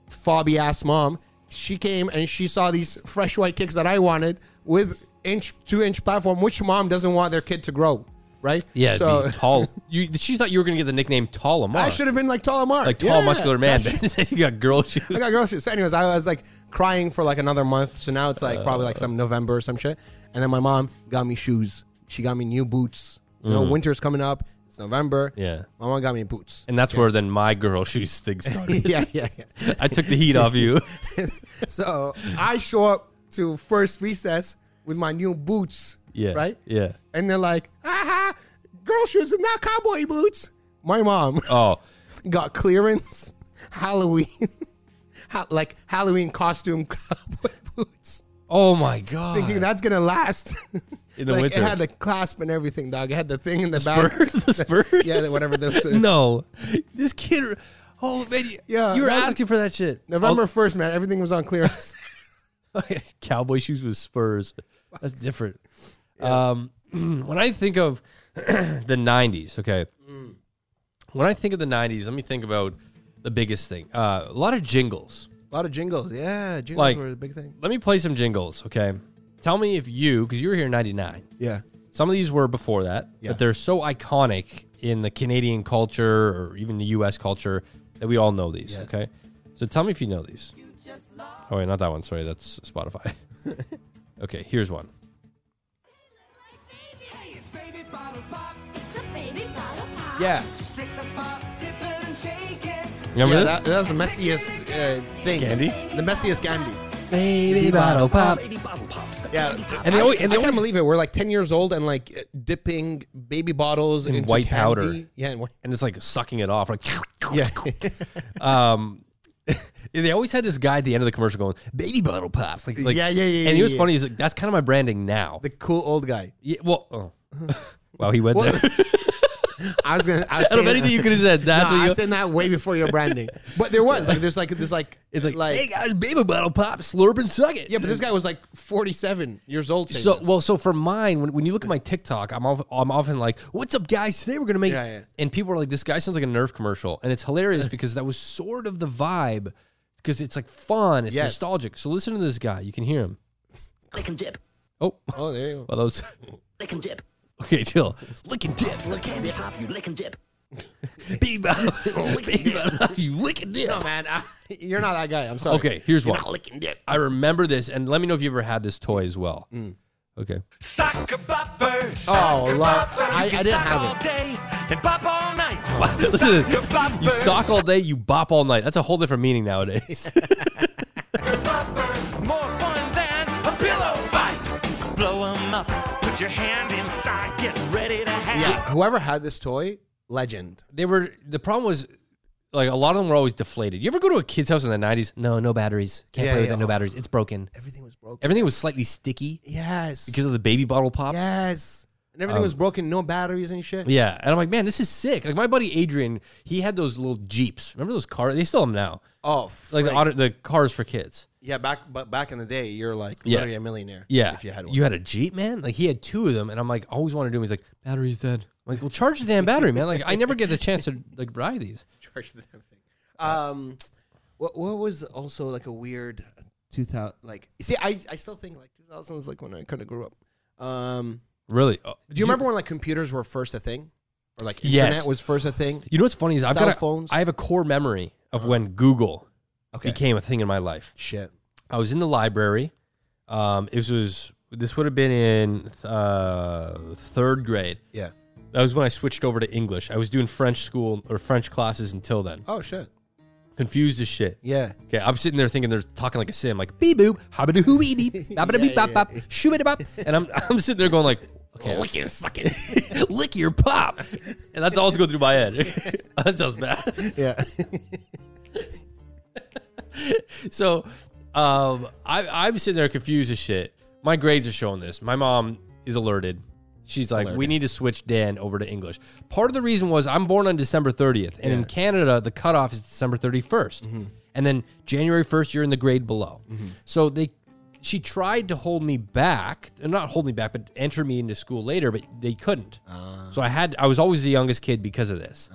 S2: fobby ass mom, she came and she saw these fresh white kicks that I wanted with inch, two inch platform. Which mom doesn't want their kid to grow, right?
S1: Yeah,
S2: so
S1: so, tall. You, she thought you were gonna get the nickname Tall Amar,
S2: I should have been like tall Amar,
S1: like tall
S2: Yeah,
S1: muscular man.
S2: that's-
S1: But you got girl shoes.
S2: I got girl shoes. So, anyways, I was like crying for like another month. So now it's like probably like some November or some shit. And then my mom got me shoes. She got me new boots. You know, winter's coming up. It's November.
S1: Mm. Yeah,
S2: My mom got me boots.
S1: and that's where then my girl shoes thing started.
S2: yeah, yeah, yeah.
S1: I took the heat off you.
S2: So I show up to first recess with my new boots.
S1: Yeah,
S2: Right?
S1: Yeah.
S2: And they're like, aha, girl shoes and not cowboy boots. My mom
S1: Oh,
S2: got clearance Halloween, ha- like Halloween costume cowboy boots.
S1: oh my god.
S2: thinking that's gonna last
S1: In the
S2: like,
S1: winter.
S2: It had the clasp and everything, dog. It had the thing in the back.
S1: Spurs, the Spurs.
S2: Yeah, the- whatever. The,
S1: No, this kid. Oh man, you-
S2: Yeah,
S1: you were
S2: that's-
S1: asking for that shit.
S2: November first, man. Everything was on clearance.
S1: cowboy shoes with spurs. That's different. Um, when I think of the '90s, okay.
S2: Mm.
S1: When I think of the '90s, let me think about the biggest thing. Uh, a lot of jingles.
S2: a lot of jingles. Yeah, jingles
S1: Like-
S2: were a big thing.
S1: Let me play some jingles, okay? Tell me if you, because you were here in '99.
S2: Yeah,
S1: Some of these were before that,
S2: Yeah.
S1: but they're so iconic in the Canadian culture or even the U.S. culture that we all know these. Okay, so tell me if you know these. Oh wait, not that one. Sorry, that's Spotify. okay, here's one.
S4: Hey, it's baby bottle pop.
S2: yeah.
S4: Just lick the pop, dip it and shake it.
S1: Remember this?
S2: that, that was the messiest uh, thing.
S1: Candy?
S2: the messiest candy.
S1: Baby bottle pop.
S4: Baby bottle pops.
S2: Yeah,
S1: And they always- and they
S2: I can't
S1: always-
S2: believe it. We're like ten years old and like dipping baby bottles in into
S1: white
S2: candy.
S1: powder.
S2: Yeah, and white.
S1: And it's like sucking it off. Like, Um,
S2: Yeah.
S1: they always had this guy at the end of the commercial going, baby bottle pops. Like, like
S2: Yeah, yeah, yeah,
S1: And he
S2: yeah,
S1: was
S2: yeah.
S1: funny. He's like, that's kind of my branding now.
S2: the cool old guy.
S1: yeah, well, oh. wow, he went
S2: Well,
S1: there.
S2: I was gonna. I was
S1: Out of
S2: saying-
S1: anything you could have said, that's
S2: Nah,
S1: what
S2: I
S1: you.
S2: was saying that way before your branding, but there was like there's like there's like
S1: it's like, hey guys, baby bottle pop, slurp and suck it.
S2: Yeah, but this guy was like 47 years old. saying
S1: So
S2: this.
S1: well, so for mine, when, when you look at my TikTok, I'm of, I'm often like, "What's up, guys? Today we're gonna make,"
S2: Yeah, yeah.
S1: and people are like, "This guy sounds like a Nerf commercial," and it's hilarious because that was sort of the vibe, because it's like fun, it's
S2: Yes.
S1: nostalgic. So listen to this guy, you can hear him.
S4: Lick and dip.
S1: Oh,
S2: oh, there you go.
S1: well, those
S4: Lick and dip.
S1: okay, chill. Licking dips,
S4: Look candy pop, you lick and dip.
S1: big mouth, big mouth, you licking dip.
S2: man, I, you're not that guy. I'm sorry.
S1: Okay, here's one.
S4: Not lick and dip.
S1: I remember this, and let me know if you ever had this toy as well.
S2: Mm.
S1: Okay,
S5: Soccer boppers.
S2: Oh,
S5: Sock a
S2: love-
S5: bopper.
S2: I-
S5: You can
S2: I didn't
S5: sock
S2: have
S5: all
S2: it.
S5: day and bop all night.
S1: listen, to
S5: Sock a
S1: this. you
S5: bopper.
S1: sock all day, you bop all night. That's a whole different meaning nowadays.
S5: More fun than a pillow fight. Blow 'em up. Put your hand inside. Get ready to have
S2: Yeah, whoever had this toy, legend.
S1: they were the problem was like a lot of them were always deflated. You ever go to a kid's house in the nineties? No, no batteries. Can't
S2: Yeah,
S1: play with
S2: yeah.
S1: it. No batteries. It's broken.
S2: Everything was broken.
S1: Everything was slightly sticky
S2: yes.
S1: because of the baby bottle pops.
S2: yes. and everything was broken, no batteries and shit.
S1: Um, Yeah, and I'm like, man, this is sick. Like my buddy Adrian, he had those little Jeeps. Remember those cars? They still have them now.
S2: Oh,
S1: Like
S2: frick.
S1: the auto, the cars for kids.
S2: yeah, back but back in the day, you're like
S1: Yeah.
S2: literally a millionaire.
S1: Yeah,
S2: if you had one.
S1: a Jeep, man. Like he had two of them, and I'm like, I always wanted to do. Them. He's like, battery's dead. I'm like, well, charge the damn battery, man. Like I never get the chance to like ride these.
S2: charge the damn thing. Um, what what was also like a weird two thousand like see I I still think like two thousand is like when I kind of grew up. Um,
S1: Really? Uh,
S2: do you remember when like computers were first a thing, or like
S1: Yes.
S2: internet was first a thing?
S1: You know what's funny is I've
S2: Cell
S1: got a,
S2: phones? Uh-huh.
S1: I have a core memory of when Google
S2: Okay.
S1: became a thing in my life.
S2: Shit.
S1: I was in the library. Um, this was this would have been in uh, third grade.
S2: Yeah.
S1: That was when I switched over to English. I was doing French school or French classes until then.
S2: Oh shit.
S1: Confused as shit.
S2: Yeah.
S1: Okay, I'm sitting there thinking they're talking like a sim, like beep boop, habba doo beep beep, babba beep bop bop, shoo bop, and I'm I'm sitting there going like, okay, lick your sucking, lick your pop, and that's all that's going through my head. that sounds bad.
S2: Yeah.
S1: So um, I, I'm sitting there confused as shit. My grades are showing this. My mom is alerted. She's like, we need to switch Dan over to English. Part of the reason was I'm born on December 30th. And in Canada, the cutoff is December 31st. And then January 1st, you're in the grade below. So they. She tried to hold me back, and not hold me back, but enter me into school later, but they couldn't. so I had, I was always the youngest kid because of this.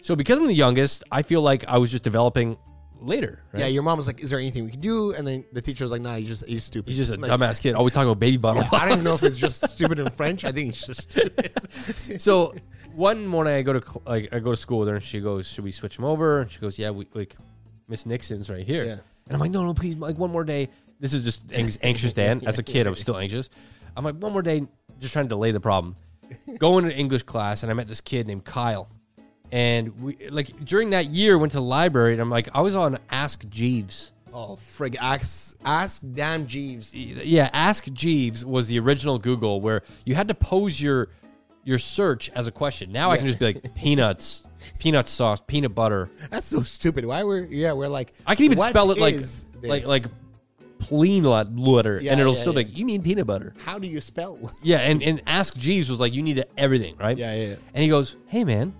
S1: so because I'm the youngest, I feel like I was just developing later. Right?
S2: Yeah. Your mom was like, "Is there anything we can do?" And then the teacher was like, "Nah, he's just he's stupid.
S1: He's just a
S2: like,
S1: dumbass kid. Always talking about baby bottle.
S2: I don't even know if it's just stupid in French. I think it's just stupid.
S1: so one morning I go to cl- like I go to school with her and she goes, "Should we switch him over?" And she goes, "Yeah, we like Miss Nixon's right here."
S2: Yeah.
S1: And I'm like, "No, no, please, like one more day." This is just anx- anxious Dan. As a kid, I was still anxious. I'm like, "One more day," just trying to delay the problem. Going to English class and I met this kid named Kyle. And we like during that year went to the library and I'm like I was on Ask Jeeves.
S2: Oh frig! Ask ask damn Jeeves.
S1: yeah, Ask Jeeves was the original Google where you had to pose your your search as a question. Now I can just be like peanuts, peanut sauce, peanut butter.
S2: That's so stupid. Why were yeah we're like
S1: I can even
S2: "What
S1: spell it like
S2: is
S1: like
S2: this?
S1: like plain lot- letter,
S2: Yeah,
S1: and it'll
S2: yeah,
S1: still
S2: yeah.
S1: be like you mean peanut butter.
S2: how do you spell?
S1: Yeah, and and Ask Jeeves was like you need everything, right?
S2: Yeah, yeah, yeah.
S1: And he goes, "Hey man,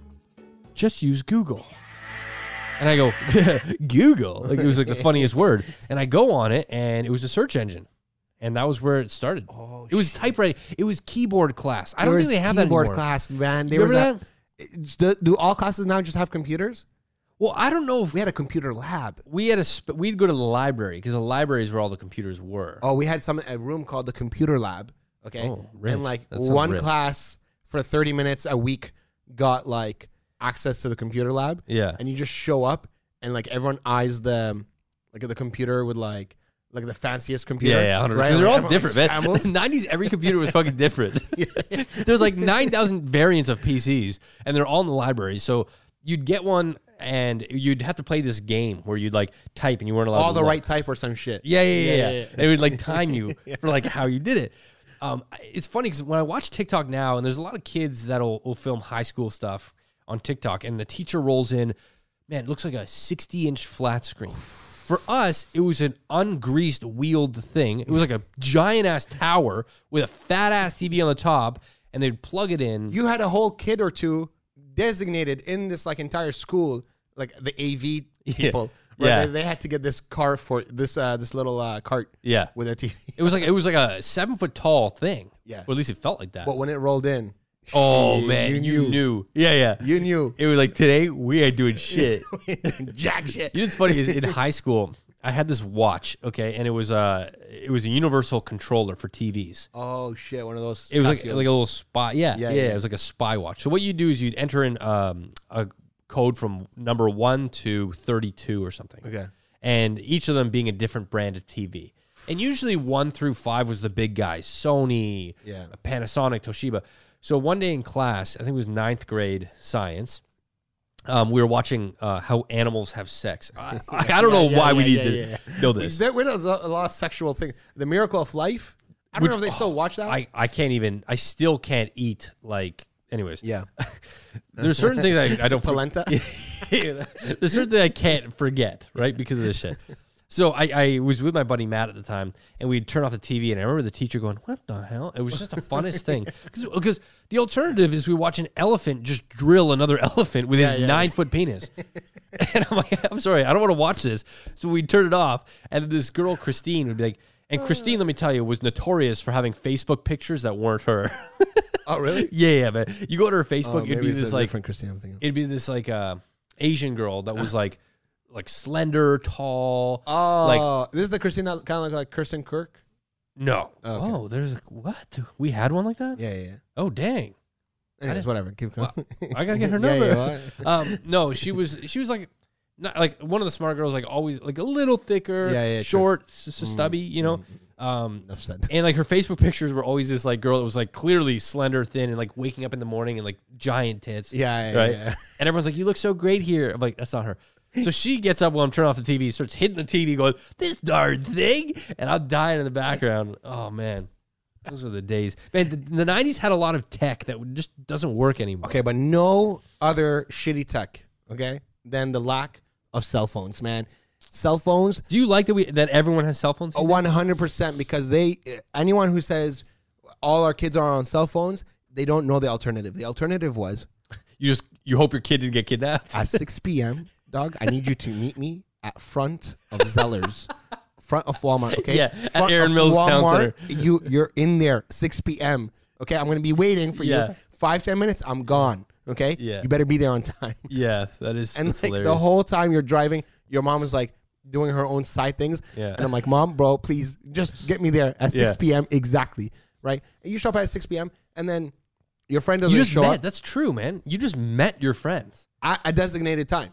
S1: just use Google." And I go, "Google." Like it was like the funniest word. And I go on it and it was a search engine. And that was where it started. Oh, it was typewriting. It was keyboard class. I don't think they have that
S2: keyboard
S1: anymore.
S2: class, man. There
S1: You
S2: was
S1: remember
S2: a, It's- do, do all classes now just have computers?
S1: Well, I don't know if
S2: We had a computer lab.
S1: we had a sp- we'd go to the library because the library is where all the computers were.
S2: Oh, we had some a room called the computer lab. Okay,
S1: Oh, rich.
S2: and like
S1: That sounds
S2: one
S1: rich.
S2: class for thirty minutes a week got like access to the computer lab.
S1: Yeah.
S2: and you just show up and like everyone eyes the like the computer with like like the fanciest computer.
S1: Yeah, yeah, 100.
S2: right?
S1: 'Cause They're
S2: Like,
S1: all
S2: everyone
S1: different, man.
S2: scrambles.
S1: The 90s, every computer was fucking different. There's like 9,000 variants of PCs, and they're all in the library. So you'd get one, and you'd have to play this game where you'd like type, and you weren't allowed
S2: all
S1: to
S2: the
S1: look.
S2: right type or some shit.
S1: Yeah, yeah, yeah. yeah, They would like time you for like how you did it. Um, I- it's funny because when I watch TikTok now, and there's a lot of kids that'll will film high school stuff on TikTok, and the teacher rolls in, man, it looks like a 60 inch flat screen. For us, it was an ungreased wheeled thing. It was like a giant ass tower with a fat ass TV on the top, and they'd plug it in.
S2: you had a whole kid or two designated in this like entire school, like the AV people. Where
S1: Yeah.
S2: They, they had to get this car for this uh, this little uh, cart.
S1: Yeah.
S2: With a TV.
S1: it was like it was like a seven foot tall thing.
S2: Yeah.
S1: Or at least it felt like that.
S2: But when it rolled in,
S1: oh
S2: shit,
S1: man, you knew. Yeah, yeah.
S2: you knew
S1: It was like today we ain't doing shit.
S2: jack shit.
S1: you know what's funny is in high school I had this watch, okay, and it was a it was a universal controller for TVs.
S2: oh shit! One of those.
S1: It was like,
S2: Casios.
S1: like a little spy, yeah, yeah,
S2: Yeah,
S1: yeah,
S2: yeah.
S1: It was like a spy watch. So what you do is you'd enter in um, a code from number one to thirty-two or something.
S2: Okay.
S1: and each of them being a different brand of TV. And usually one through five was the big guys: Sony,
S2: Yeah.
S1: Panasonic, Toshiba. So one day in class, I think it was ninth grade science. Um, we were watching uh, how animals have sex. I, I, I don't know
S2: Yeah,
S1: why we
S2: yeah,
S1: need
S2: yeah,
S1: to
S2: yeah.
S1: know this.
S2: There were a lot a lot of sexual things. The Miracle of Life. I don't
S1: Which-
S2: know if they still watch that.
S1: I, I can't even. I still can't eat. Like, anyways,
S2: yeah.
S1: There's certain things I, I don't.
S2: Polenta.
S1: There's certain things I can't forget, right? Because of this shit. So I, I was with my buddy Matt at the time, and we'd turn off the TV, and I remember the teacher going, "What the hell?" It was just the funnest thing because the alternative is we watch an elephant just drill another elephant with his nine foot penis, and I'm like, "I'm sorry, I don't want to watch this." So we'd turn it off, and this girl Christine would be like,
S2: Uh.
S1: "And Christine, let me tell you, was notorious for having Facebook pictures that weren't her."
S2: Oh, really?
S1: yeah, yeah, man. You go to her
S2: Oh,
S1: Facebook, it'd
S2: maybe
S1: be
S2: it's a
S1: this like
S2: different Christine. I'm thinking.
S1: it'd be this like uh, Asian girl that was like like slender, tall.
S2: Oh,
S1: like
S2: this is the Christine that kind of like, like Kirsten Kirk.
S1: no.
S2: Okay.
S1: Oh, there's a, what? We had one like that?
S2: Yeah, yeah. yeah.
S1: Oh, dang.
S2: Anyways, whatever. Keep going.
S1: I gotta get her
S2: Yeah,
S1: number.
S2: yeah, what?
S1: um, no, she was she was like not like one of the smart girls, like always like a little thicker,
S2: Yeah, yeah, true. Mm,
S1: short, s- s- stubby, you know. Um,
S2: Enough said.
S1: and like her Facebook pictures were always this like girl that was like clearly slender, thin, and like waking up in the morning and like giant tits.
S2: Yeah, yeah,
S1: right.
S2: yeah.
S1: And everyone's like, "You look so great here." I'm like, "That's not her." So she gets up while I'm turning off the TV, starts hitting the TV, going, "This darn thing," and I'm dying in the background. Oh man, those were the days. Man, the, the '90s had a lot of tech that just doesn't work anymore.
S2: Okay, but no other shitty tech, okay, than the lack of cell phones, man. Cell phones,
S1: Do you like that we that everyone has cell phones?
S2: Oh, one hundred percent, because they eh, anyone who says all our kids are on cell phones, they don't know the alternative. The alternative was
S1: You just you hope your kid didn't get kidnapped.
S2: at six p.m. Dog, I need you to meet me at front of Zellers, front of Walmart. Okay,
S1: Yeah, at
S2: front
S1: Aaron
S2: of
S1: Mills Town Center.
S2: You you're in there six p.m. Okay, I'm gonna be waiting for
S1: Yeah.
S2: you. Five ten minutes, I'm gone. Okay,
S1: Yeah.
S2: you better be there on time.
S1: yeah, that is
S2: And
S1: that's
S2: like
S1: hilarious.
S2: the whole time you're driving, your mom is like doing her own side things.
S1: Yeah.
S2: And I'm like, Mom, bro, please just get me there at 6
S1: Yeah.
S2: p.m. exactly. Right? And you show up at 6 p.m. and then your friend doesn't
S1: you just
S2: show
S1: met.
S2: up
S1: That's true, man. You just met your friends.
S2: at a designated time.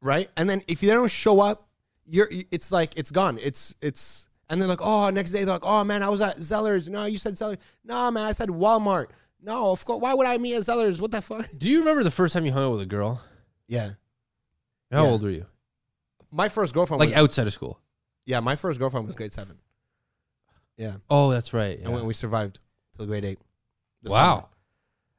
S2: Right? And then if they don't show up, you're it's like it's gone. It's it's and they're like, oh, next day they're like, oh man, I was at Zellers. No, you said Zellers. No, man, I said Walmart. No, of course. Why would I meet at Zellers? What the fuck?
S1: Do you remember the first time you hung out with a girl?
S2: Yeah.
S1: How
S2: Yeah.
S1: old were you?
S2: My first girlfriend
S1: Like
S2: was
S1: outside of school.
S2: yeah, my first girlfriend was grade seven. Yeah.
S1: Oh, that's right. yeah.
S2: and when we survived till grade eight. The
S1: wow.
S2: summer.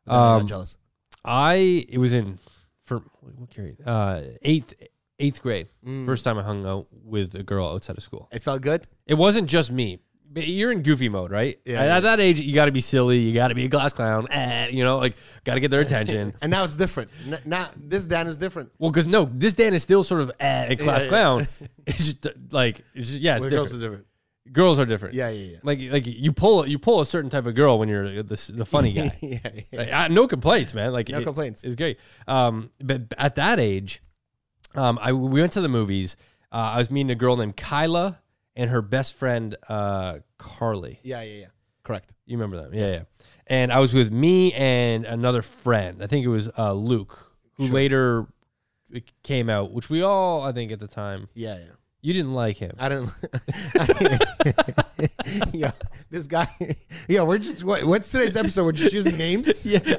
S2: Then I got
S1: Um,
S2: jealous.
S1: I it was in for what grade? Uh, eighth eighth grade.
S2: Mm.
S1: First time I hung out with a girl outside of school.
S2: It felt good.
S1: It wasn't just me. But you're in goofy mode, right?
S2: Yeah,
S1: At,
S2: yeah.
S1: at that age, you got to be silly. You got to be a glass clown. Eh, you know, like got to get their attention.
S2: And now it's different. N- now this Dan is different.
S1: Well, because no, this Dan is still sort of eh, a class
S2: yeah.
S1: clown. It's just uh, like it's just, yeah, it's
S2: With
S1: different.
S2: girls are different.
S1: Girls are different.
S2: Yeah, yeah, yeah.
S1: Like like you pull you pull a certain type of girl when you're the, the funny guy.
S2: yeah, yeah.
S1: Like, I, no complaints, man. Like
S2: No complaints.
S1: It's great. Um, but b- at that age, um, I we went to the movies. Uh, I was meeting a girl named Kyla and her best friend uh, Carly.
S2: Yeah, yeah, yeah. Correct.
S1: You remember them? Yeah, yeah. And I was with me and another friend. I think it was uh, Luke, who later uh, came out, which we all, I think, at the time,
S2: Yeah, yeah.
S1: you didn't like him.
S2: I don't. yeah, this guy. Yeah, we're just. What, what's today's episode? We're just using names.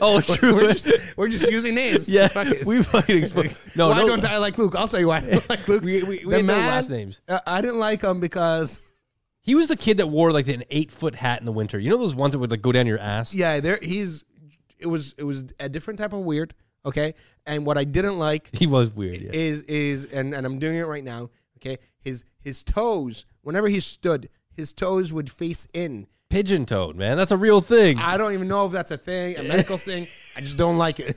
S1: Oh,
S2: We're,
S1: true.
S2: we're just, we're just using names.
S1: yeah.
S2: Fuck it.
S1: We fucking explained. No,
S2: why
S1: no.
S2: don't I like Luke? I'll tell you why. I don't like Luke.
S1: We- we- we
S2: The
S1: had no
S2: man-
S1: last names.
S2: Uh, I didn't like him because
S1: He was the kid that wore like an eight foot hat in the winter. You know those ones that would like go down your ass.
S2: yeah there he's it was it was a different type of weird okay and what i didn't like
S1: He was weird. Yeah.
S2: is is and, and i'm doing it right now okay his his toes whenever he stood his toes would face in
S1: Pigeon toed, man. That's a real thing.
S2: i don't even know if that's a thing a medical thing i just don't like it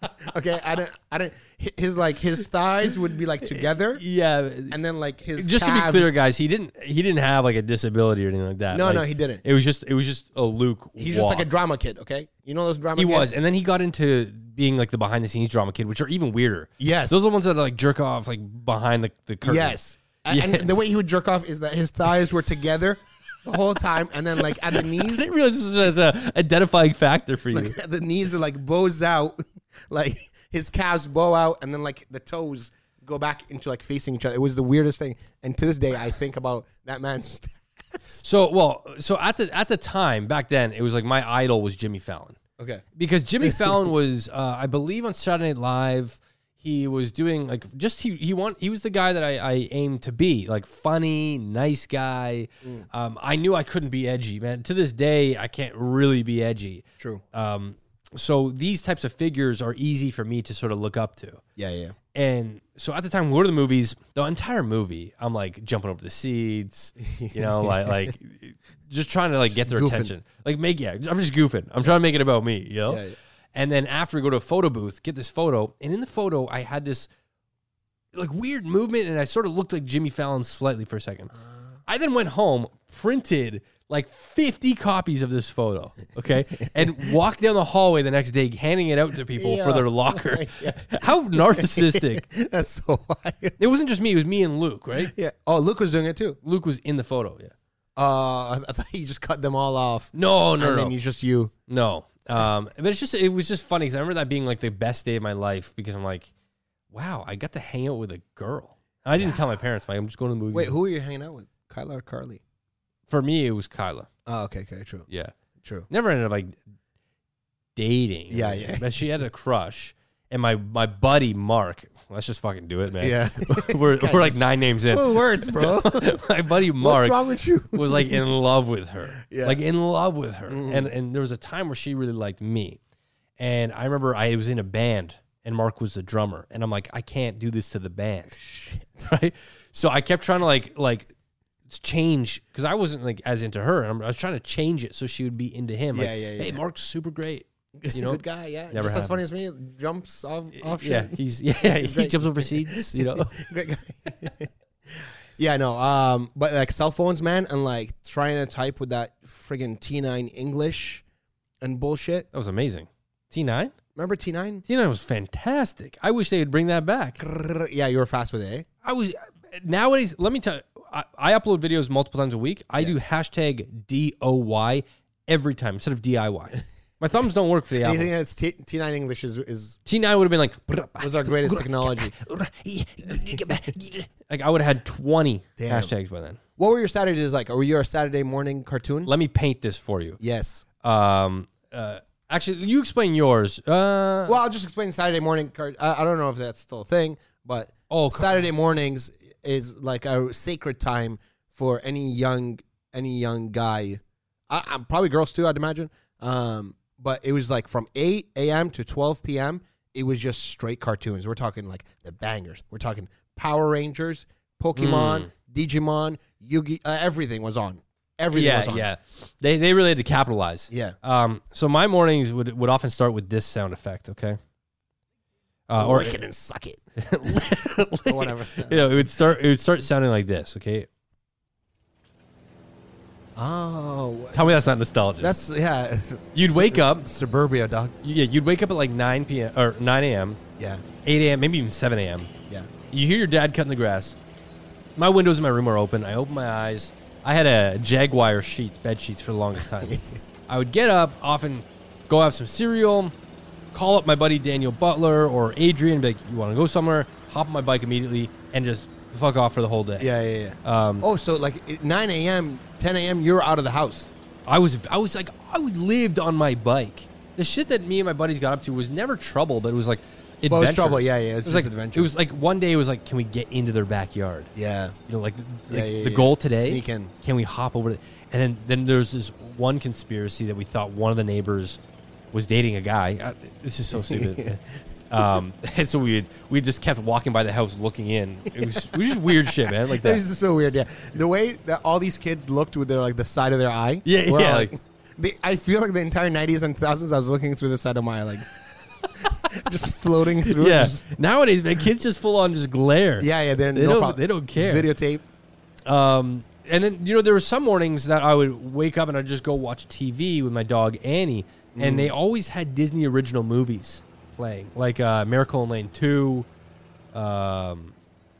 S2: okay i don't i don't hi- his like his thighs would be like together
S1: yeah.
S2: and then like his
S1: Just to be
S2: calves-
S1: clear, guys, he didn't he didn't have like a disability or anything like that.
S2: No,
S1: Like,
S2: no, he didn't.
S1: It was just it was just a Luke.
S2: he's just like a
S1: walk.
S2: drama kid okay you know those drama
S1: He
S2: kids?
S1: was, and then he got into being like the behind the scenes drama kid, which are even weirder.
S2: Yes.
S1: those are the ones that like jerk off like behind the the curtain.
S2: Yes. A-
S1: Yeah.
S2: And the way he would jerk off is that his thighs were together the whole time, and then like at the
S1: I
S2: knees,
S1: didn't realize this was an identifying factor for you.
S2: like, the knees are like bows out, like his calves bow out, and then like the toes go back into like facing each other. It was the weirdest thing, and to this day, I think about that man's.
S1: so well, so at the at the time back then, it was like my idol was Jimmy Fallon.
S2: Okay.
S1: because Jimmy Fallon was, uh, I believe, on Saturday Night Live. He was doing like just he he want he was the guy that I, I aimed to be like funny nice guy. Um, I knew I couldn't be edgy, man. To this day, I can't really be edgy.
S2: True.
S1: Um, so these types of figures are easy for me to sort of look up to.
S2: Yeah, yeah.
S1: And so at the time we were to the movies, the entire movie, I'm like jumping over the seats, you know, like like just trying to like get their
S2: Goofing.
S1: attention. Like make yeah, I'm just goofing. I'm trying to make it about me, you know?
S2: Yeah, yeah.
S1: And then after we go to a photo booth, get this photo, and in the photo I had this like weird movement and I sort of looked like Jimmy Fallon slightly for a second.
S2: Uh.
S1: I then went home, printed like 50 copies of this photo, okay? and walked down the hallway the next day handing it out to people for their locker. How narcissistic.
S2: That's so wild.
S1: It wasn't just me, it was me and Luke, right?
S2: Yeah. Oh, Luke was doing it too.
S1: Luke was in the photo, yeah.
S2: Uh, I thought you just cut them all off.
S1: No, no,
S2: and
S1: no.
S2: then you just you.
S1: No. Um, but it's just it was just funny because I remember that being like the best day of my life because I'm like, wow, I got to hang out with a girl. I didn't tell my parents. Like, I'm just going to the movie.
S2: Wait, who are you hanging out with? Kyla or Carly?
S1: For me, it was Kyla.
S2: Oh, okay, okay, true,
S1: Yeah,
S2: true.
S1: never ended up like dating.
S2: Yeah, yeah.
S1: But she had a crush, and my my buddy Mark. Let's just fucking do it, man.
S2: Yeah.
S1: we're
S2: This guy
S1: we're like
S2: just-
S1: nine names in.
S2: Full words, bro.
S1: my buddy
S2: What's
S1: Mark
S2: wrong with you?
S1: was like in love with her.
S2: Yeah. Mm-hmm.
S1: Like in love with her. And and there was a time where she really liked me. And I remember I was in a band and Mark was the drummer. And I'm like, I can't do this to the band. Right? So I kept trying to like like change because I wasn't like as into her. And I'm- I was trying to change it so she would be into him. Like,
S2: Yeah, yeah, yeah.
S1: Hey, Mark's super great. You know,
S2: Good guy, yeah.
S1: Never
S2: just as
S1: happened.
S2: funny as me. Jumps off, off
S1: yeah,
S2: shit.
S1: he's yeah, he
S2: great.
S1: jumps over seats. You know,
S2: Great guy. yeah, no. Um, but like cell phones, man, and like trying to type with that friggin' T9 English and bullshit.
S1: that was amazing. T nine,
S2: Remember T9?
S1: T nine was fantastic. I wish they would bring that back.
S2: Grrr, Yeah, you were fast with it. eh?
S1: I was nowadays. Let me tell you, I, I upload videos multiple times a week. I do hashtag DOY every time instead of DIY. My thumbs don't work for the
S2: Anything
S1: album.
S2: that's T- T9 English is, is
S1: T9 would have been like,
S2: was our greatest technology.
S1: like I would have had 20
S2: Damn.
S1: hashtags by then.
S2: What were your Saturdays like? Were you a Saturday morning cartoon?
S1: Let me paint this for you.
S2: yes.
S1: Um, uh, actually, you explain yours. Uh,
S2: Well, I'll just explain Saturday morning. Card. I, I don't know if that's still a thing, but
S1: Oh, co-
S2: Saturday mornings is like a sacred time for any young any young guy. I, I'm probably girls too, I'd imagine. Um, but it was like from 8 a.m. to 12 p.m. It was just straight cartoons. We're talking like the bangers. We're talking Power Rangers,
S1: Hmm.
S2: Pokemon, Digimon, Yugi. Uh, everything was on. Everything
S1: yeah,
S2: was on.
S1: yeah. They they really had to capitalize.
S2: Yeah.
S1: Um. So my mornings would would often start with this sound effect. Okay. Uh, or
S2: Lick it and suck it. or whatever.
S1: you know, it would start. It would start sounding like this. Okay,
S2: Oh,
S1: tell me that's not nostalgia.
S2: that's yeah.
S1: you'd wake up.
S2: Suburbia, dog.
S1: Yeah, you'd wake up at like nine p.m. or nine a.m.,
S2: Yeah,
S1: eight a.m., maybe even seven a.m.
S2: yeah.
S1: You hear your dad cutting the grass. My windows in my room are open. I open my eyes. I had a Jaguar sheets, bed sheets for the longest time. I would get up, often go have some cereal, call up my buddy Daniel Butler or Adrian, be like, you want to go somewhere? Hop on my bike immediately and just fuck off for the whole day.
S2: Yeah, yeah, yeah. Um, oh, so like at 9 a.m., 10 a.m., you're out of the house.
S1: I was I was like I lived on my bike. The shit that me and my buddies got up to was never trouble, but it was like adventures.
S2: Well, it was trouble, yeah, yeah, it was just
S1: like
S2: adventure.
S1: It was like one day it was like, can we get into their backyard?
S2: Yeah.
S1: You know, like,
S2: Yeah,
S1: like
S2: yeah,
S1: the
S2: yeah.
S1: goal today.
S2: Sneak in.
S1: Can we hop over? To, and then then there's this one conspiracy that we thought one of the neighbors was dating a guy. Uh this is so stupid. um, and so we had, we just kept walking by the house looking in. It was, it was just weird shit, man. Like
S2: That
S1: that.
S2: was just so weird. Yeah, the way that all these kids looked with their like the side of their eye.
S1: Yeah,
S2: we're
S1: yeah,
S2: all
S1: like-
S2: the, I feel like the entire 90s and thousands. I was looking through the side of my eye, like just floating through.
S1: yeah.
S2: just-
S1: Nowadays, man, kids just full on just glare.
S2: yeah, yeah. They're
S1: They
S2: no
S1: don't-
S2: problem.
S1: they don't care.
S2: Videotape.
S1: and then you know there were some mornings that I would wake up and I'd just go watch TV with my dog Annie, and they always had Disney original movies playing, like uh, Miracle in Lane Two. Um,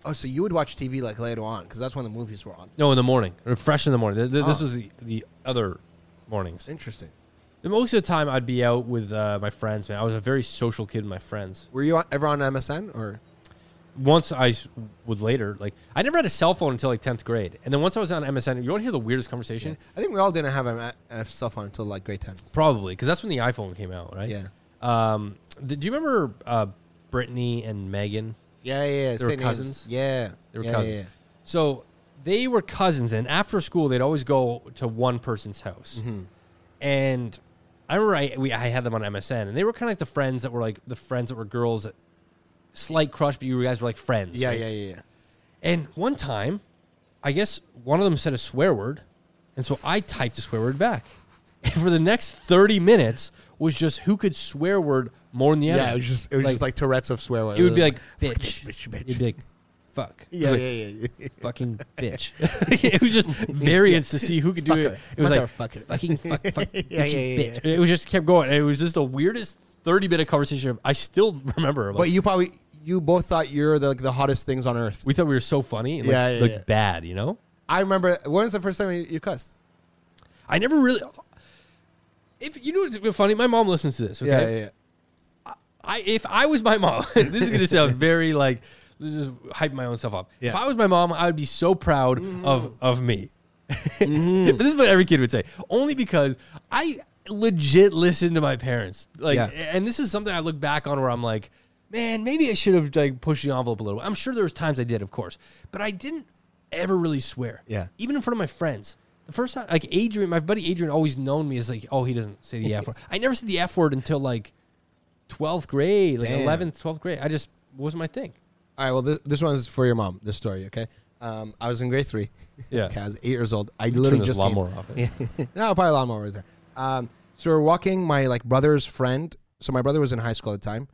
S2: Oh, so you would watch TV like later on because that's when the movies were on.
S1: no, in the morning, or fresh in the morning. Th- th- This
S2: Oh.
S1: was the, the other mornings.
S2: Interesting.
S1: And most of the time, I'd be out with uh, my friends. Man, I was a very social kid with my friends.
S2: Were you on, ever on MSN or?
S1: Once I s- was later, like I never had a cell phone until like tenth grade, and then once I was on MSN, you want to hear the weirdest conversation?
S2: I think we all didn't have a, a cell phone until like grade ten.
S1: Probably because that's when the iPhone came out, right?
S2: Yeah.
S1: Um, th- do you remember uh, Brittany and Megan?
S2: Yeah, yeah, yeah.
S1: They were
S2: same names.
S1: cousins?
S2: Yeah,
S1: They were
S2: yeah, yeah,
S1: cousins.
S2: yeah.
S1: So they were cousins, and after school they'd always go to one person's house.
S2: Mm-hmm.
S1: And I remember I we I had them on MSN, and they were kind of like the friends that were like the friends that were girls that slight crush, but you guys were like friends.
S2: Yeah,
S1: right?
S2: yeah, yeah, yeah.
S1: And one time, I guess one of them said a swear word, and so I typed a swear word back. And for the next thirty minutes was just who could swear word more than the other.
S2: Yeah, it was just it was just like Tourette's of swear words.
S1: it would be like
S2: bitch,
S1: bitch,
S2: bitch,
S1: It'd
S2: bitch.
S1: be like fuck. It was
S2: Yeah,
S1: like,
S2: yeah, yeah, yeah.
S1: fucking bitch. it was just variants to see who could do it. It was like
S2: Motherfucker.
S1: fucking fuck, fuck, bitchy
S2: Yeah, yeah, yeah,
S1: bitch. It was just kept going. It was just the weirdest thirty minute conversation. I still remember. Like,
S2: But you probably you both thought you're the, like the hottest things on earth.
S1: we thought we were so funny. And like,
S2: Yeah, yeah,
S1: like
S2: yeah.
S1: bad. You know.
S2: I remember. When was the first time you, you cussed?
S1: I never really. If you know what's been funny, my mom listens to this. Okay?
S2: Yeah, yeah, yeah.
S1: I if I was my mom, this is gonna sound very like this is hype my own stuff up. If
S2: Yeah.
S1: I was my mom, I would be so proud
S2: Mm-hmm.
S1: of of me. this is what every kid would say. Only because I legit listened to my parents. Like,
S2: Yeah.
S1: and this is something I look back on where I'm like, man, maybe I should have like pushed the envelope a little. I'm sure there was times I did, of course, but I didn't ever really swear.
S2: Yeah.
S1: even in front of my friends. The first time, like Adrian, my buddy Adrian, always known me as like, oh, he doesn't say the f word. I never said the f word until like 12th grade, like
S2: Damn.
S1: 11th, 12th grade. I just wasn't my thing.
S2: All right. Well, this, this one's for your mom. This story, okay? Um, I was in grade three.
S1: Yeah.
S2: okay, I was eight years old. I literally just
S1: a lot
S2: came-
S1: more of it.
S2: no, probably a lot more was there. Um, so we're walking my like brother's friend. So my brother was in high school at the time.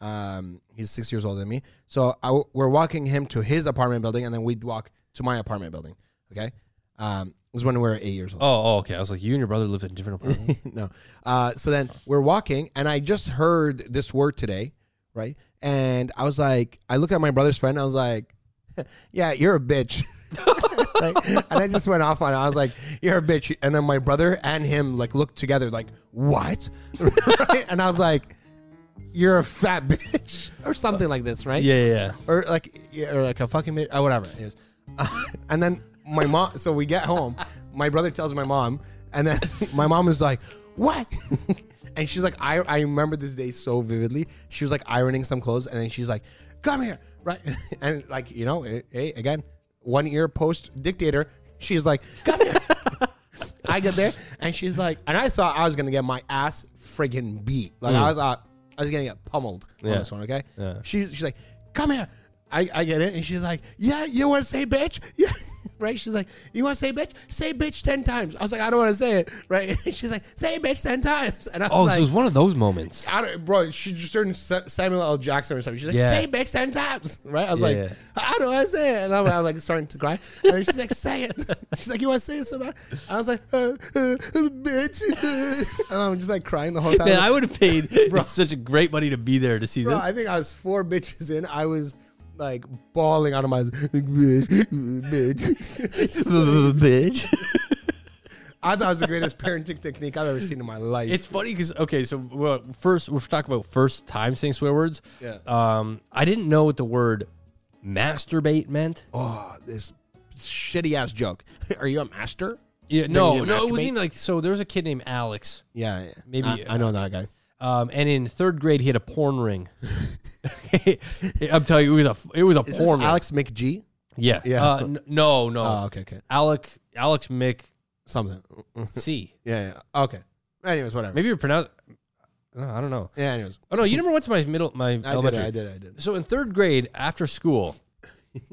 S2: Um, he's six years older than me. So I w- we're walking him to his apartment building, and then we'd walk to my apartment building. Okay, um, this is when we were eight years old.
S1: Oh, oh, okay. I was like, you and your brother lived in different apartments.
S2: no. Uh, so then we're walking, and I just heard this word today, right? And I was like, I look at my brother's friend, and I was like, yeah, you're a bitch. right? And I just went off on it. I was like, you're a bitch. And then my brother and him like looked together, like, what? right? And I was like, you're a fat bitch, or something like this, right?
S1: yeah, yeah, yeah.
S2: or like yeah, or like a fucking mi- or whatever. It is. and then my mom. So we get home. My brother tells my mom, and then my mom is like, "What?" and she's like, "I I remember this day so vividly." She was like ironing some clothes, and then she's like, "Come here, right?" and like you know, eh, hey, again, one ear post dictator. She's like, "Come here." I get there, and she's like, and I thought I was gonna get my ass friggin' beat. Like I thought I was gonna get pummeled
S1: Yeah.
S2: on this one. Okay,
S1: Yeah.
S2: she's she's like, come here. I, I get it, and she's like, yeah, you want to say bitch, yeah, right? She's like, you want to say bitch, say bitch ten times. I was like, I don't want to say it, right? And she's like, say bitch ten times, and I was
S1: Oh,
S2: like,
S1: so it was one of those moments.
S2: I don't, bro, she just turned Sa- Samuel L. Jackson or something. She's like,
S1: Yeah.
S2: say bitch ten times, right? I was
S1: Yeah,
S2: like,
S1: yeah.
S2: how do I say it? And I'm, I'm like starting to cry. And then she's like, say it. She's like, you want to say it so bad? I was like, uh, uh, bitch. And I'm just like crying the whole time.
S1: Man, I would have paid
S2: Bro.
S1: such a great money to be there to see
S2: Bro,
S1: this.
S2: I think I was four bitches in. I was like bawling out of my bitch, bitch.
S1: bitch.
S2: I thought it was the greatest parenting technique I've ever seen in my life.
S1: It's funny because okay, so well, first we're talking about first time saying swear words.
S2: Yeah.
S1: Um, I didn't know what the word masturbate meant.
S2: oh, this shitty ass joke. Are you a master?
S1: yeah, no,
S2: you
S1: no, it
S2: masturbate?
S1: was even like so. There was a kid named Alex,
S2: Yeah, yeah.
S1: Maybe-
S2: I, I know that guy.
S1: um, and in third grade he had a porn ring. I'm telling you, it was a it was a
S2: Is this
S1: porn ring.
S2: Alex McG?
S1: Yeah.
S2: Yeah.
S1: Uh, n- no, no.
S2: Oh, okay, okay,
S1: Alec Alex Mick
S2: something.
S1: C.
S2: Yeah, yeah. Okay. Anyways, whatever.
S1: Maybe you're pronounced. No, I don't know.
S2: Yeah. Anyways,
S1: Oh no, you never went to my middle my
S2: I did.
S1: elementary.
S2: It, I did. it, I did. it.
S1: So in third grade after school,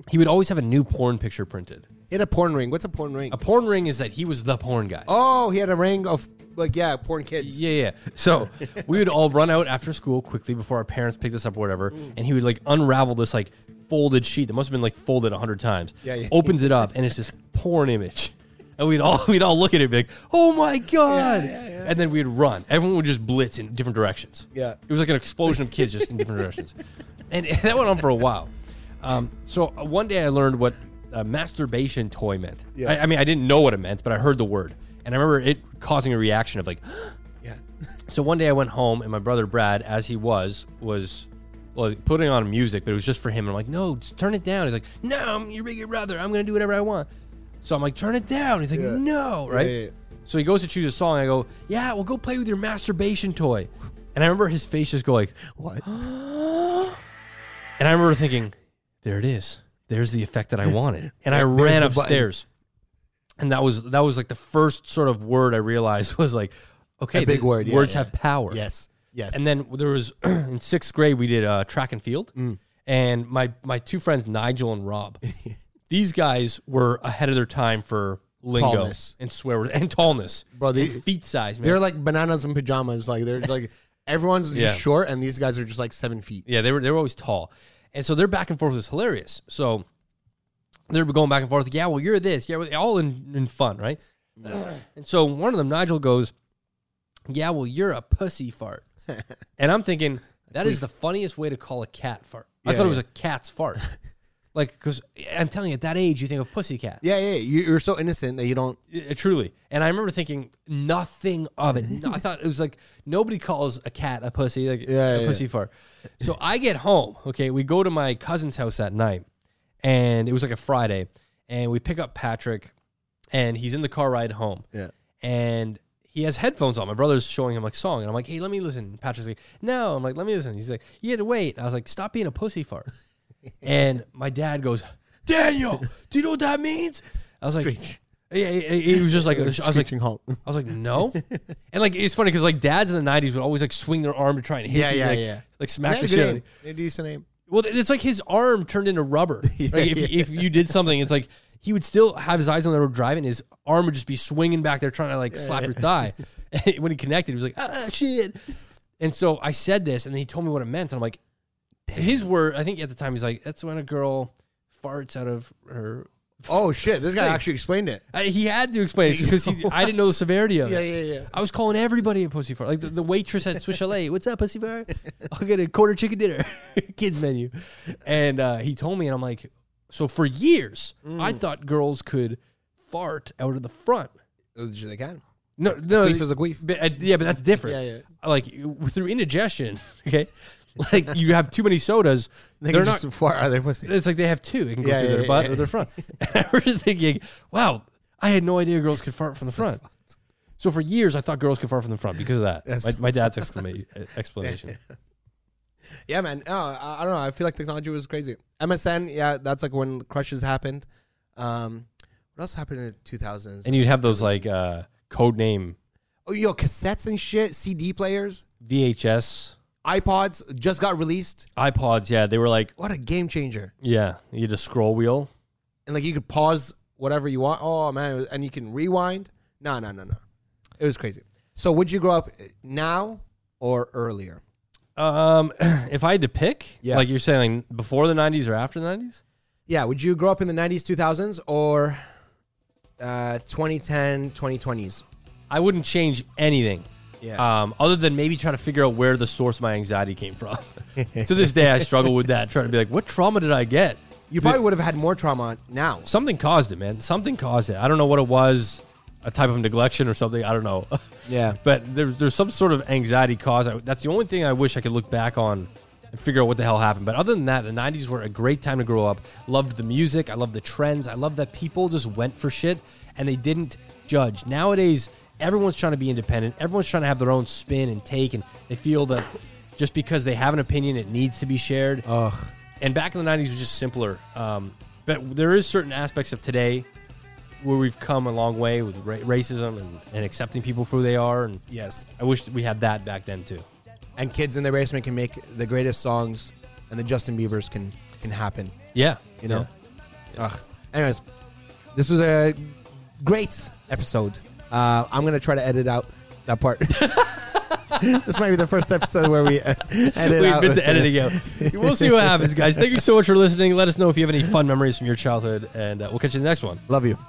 S1: he would always have a new porn picture printed.
S2: He had a porn ring. What's a porn ring?
S1: A porn ring is that he was the porn guy.
S2: oh, he had a ring of like yeah, porn kids.
S1: Yeah, yeah. So we would all run out after school quickly before our parents picked us up or whatever,
S2: Mm.
S1: and he would like unravel this like folded sheet that must have been like folded a hundred times.
S2: Yeah, yeah.
S1: Opens it up and it's this porn image. And we'd all we'd all look at it and be like, oh my god. And then we'd run. Everyone would just blitz in different directions.
S2: Yeah.
S1: It was like an explosion of kids just in different directions. And that went on for a while. Um, so one day I learned what a masturbation toy meant.
S2: Yeah.
S1: I, I mean, I didn't know what it meant, but I heard the word. And I remember it causing a reaction of like,
S2: Yeah.
S1: so one day I went home and my brother Brad, as he was, was well, putting on music, but it was just for him. And I'm like, no, just turn it down. He's like, no, I'm your bigger brother. I'm gonna do whatever I want. So I'm like, turn it down. He's like,
S2: Yeah.
S1: no, right?
S2: yeah, yeah.
S1: So he goes to choose a song. I go, yeah, well, go play with your masturbation toy. And I remember his face just go like,
S2: What?
S1: and I remember thinking, there it is. There's the effect that I wanted. And I ran
S2: the button.
S1: upstairs. And that was that was like the first sort of word I realized was like, okay,
S2: big
S1: the
S2: word, yeah,
S1: words
S2: yeah.
S1: have power.
S2: yes. Yes.
S1: And then there was in sixth grade we did uh, track and field,
S2: Mm.
S1: and my my two friends Nigel and Rob, these guys were ahead of their time for lingo
S2: Tallness.
S1: and swear words and tallness,
S2: Bro, they-
S1: and feet size, man.
S2: They're like bananas in pajamas. Like they're like everyone's just
S1: Yeah.
S2: short, and these guys are just like seven feet.
S1: Yeah, they were they were always tall, and so their back and forth was hilarious. So they were going back and forth. like, Yeah, well, you're this. Yeah, well, all in, in fun, right? and so one of them, Nigel, goes, "Yeah, well, you're a pussy fart," and I'm thinking that is the funniest way to call a cat fart. I
S2: Yeah,
S1: thought it
S2: yeah.
S1: was a cat's fart, like because I'm telling you, at that age, you think of pussy cat.
S2: Yeah, yeah. You, you're so innocent that you don't.
S1: Yeah, uh, truly. And I remember thinking nothing of it. No- I thought it was like nobody calls a cat a pussy, like
S2: Yeah,
S1: a
S2: yeah,
S1: pussy fart. So I get home. Okay, we go to my cousin's house that night, and it was like a Friday, and we pick up Patrick, and he's in the car ride home.
S2: Yeah.
S1: And he has headphones on. My brother's showing him like song, and I'm like, "Hey, let me listen." Patrick's like, "No," I'm like, "Let me listen." He's like, "You had to wait." I was like, "Stop being a pussy fart." and my dad goes, "Daniel, do you know what that means?" I was like,
S2: Screech.
S1: yeah, he he was just like, I was like,
S2: Screeching halt.
S1: I was like, no, and like it's funny because like dads in the '90s would always like swing their arm to try and hit
S2: Yeah,
S1: you,
S2: yeah,
S1: like,
S2: yeah.
S1: like smack
S2: Yeah,
S1: the
S2: good
S1: shit. out of
S2: name.
S1: you.
S2: A decent name.
S1: Well, it's like his arm turned into rubber. like if, if you did something, it's like he would still have his eyes on the road driving. His arm would just be swinging back there, trying to like slap your thigh. And when he connected, he was like, ah, shit. And so I said this, and he told me what it meant, and I'm like, his word. I think at the time he's like, that's when a girl farts out of her
S2: Oh shit! This guy actually explained it.
S1: I, he had to explain it because he, I didn't know the severity of
S2: Yeah,
S1: it.
S2: yeah, yeah.
S1: I was calling everybody a pussy fart. Like the, the waitress at Swiss Chalet, what's up, pussy fart? I'll get a quarter chicken dinner, kids menu. And uh, he told me, and I'm like, so for years,
S2: Mm.
S1: I thought girls could fart out of the front.
S2: Oh, They can.
S1: No, no,
S2: queef is a queef.
S1: But, uh, yeah, but that's different.
S2: Yeah,
S1: Like w- through indigestion, okay, like you have too many sodas,
S2: They
S1: they are
S2: can just
S1: not
S2: fart out of their pussy.
S1: it's like they have two. It can go
S2: Yeah,
S1: through
S2: yeah,
S1: their
S2: yeah,
S1: butt
S2: yeah.
S1: or their front. And I was thinking, wow, I had no idea girls could fart from the front. So for years, I thought girls could fart from the front because of that.
S2: That's-
S1: My, my dad's exclama- uh, explanation.
S2: Yeah, man. Oh, I, I don't know. I feel like technology was crazy. MSN. Yeah, that's like when crushes happened. Um, what else happened in the two thousands?
S1: And you'd have those like uh, code name
S2: Oh, yo, cassettes and shit, CD players,
S1: VHS
S2: iPods just got released.
S1: iPods. Yeah, they were like,
S2: What a game changer!
S1: yeah, you had a scroll wheel.
S2: And like you could pause whatever you want. Oh man, it was- and you can rewind. No, no, no, no. It was crazy. So would you grow up now or earlier?
S1: Um, if I had to pick,
S2: Yeah.
S1: like you're saying, like, before the 90s or after the 90s?
S2: Yeah, would you grow up in the nineties, two thousands, or uh, 2010, 2020s?
S1: I wouldn't change anything.
S2: Yeah.
S1: Um, other than maybe trying to figure out where the source of my anxiety came from. to this day, I struggle with that, trying to be like, what trauma did I get?
S2: You probably would have had more trauma now.
S1: Something caused it, man. Something caused it. I don't know what it was, a type of neglection or something. I don't know.
S2: Yeah.
S1: but there, there's some sort of anxiety cause. I, that's the only thing I wish I could look back on and figure out what the hell happened. But other than that, the 90s were a great time to grow up. Loved the music. I loved the trends. I loved that people just went for shit and they didn't judge. Nowadays, everyone's trying to be independent. Everyone's trying to have their own spin and take, and they feel that just because they have an opinion, it needs to be shared.
S2: Ugh.
S1: And back in the 90s was just simpler. Um, but there is certain aspects of today where we've come a long way with ra- racism and, and accepting people for who they are and
S2: Yes.
S1: I wish we had that back then too.
S2: And kids in the basement can make the greatest songs, and the Justin Bieber's can can happen.
S1: Yeah,
S2: You know. Ugh. Anyways, this was a great episode. Uh, I'm gonna try to edit out that part. this might be the first episode where we uh, edit
S1: we've
S2: out.
S1: been to editing out. We'll see what happens, guys. Thank you so much for listening. Let us know if you have any fun memories from your childhood, and uh, we'll catch you in the next one.
S2: Love you.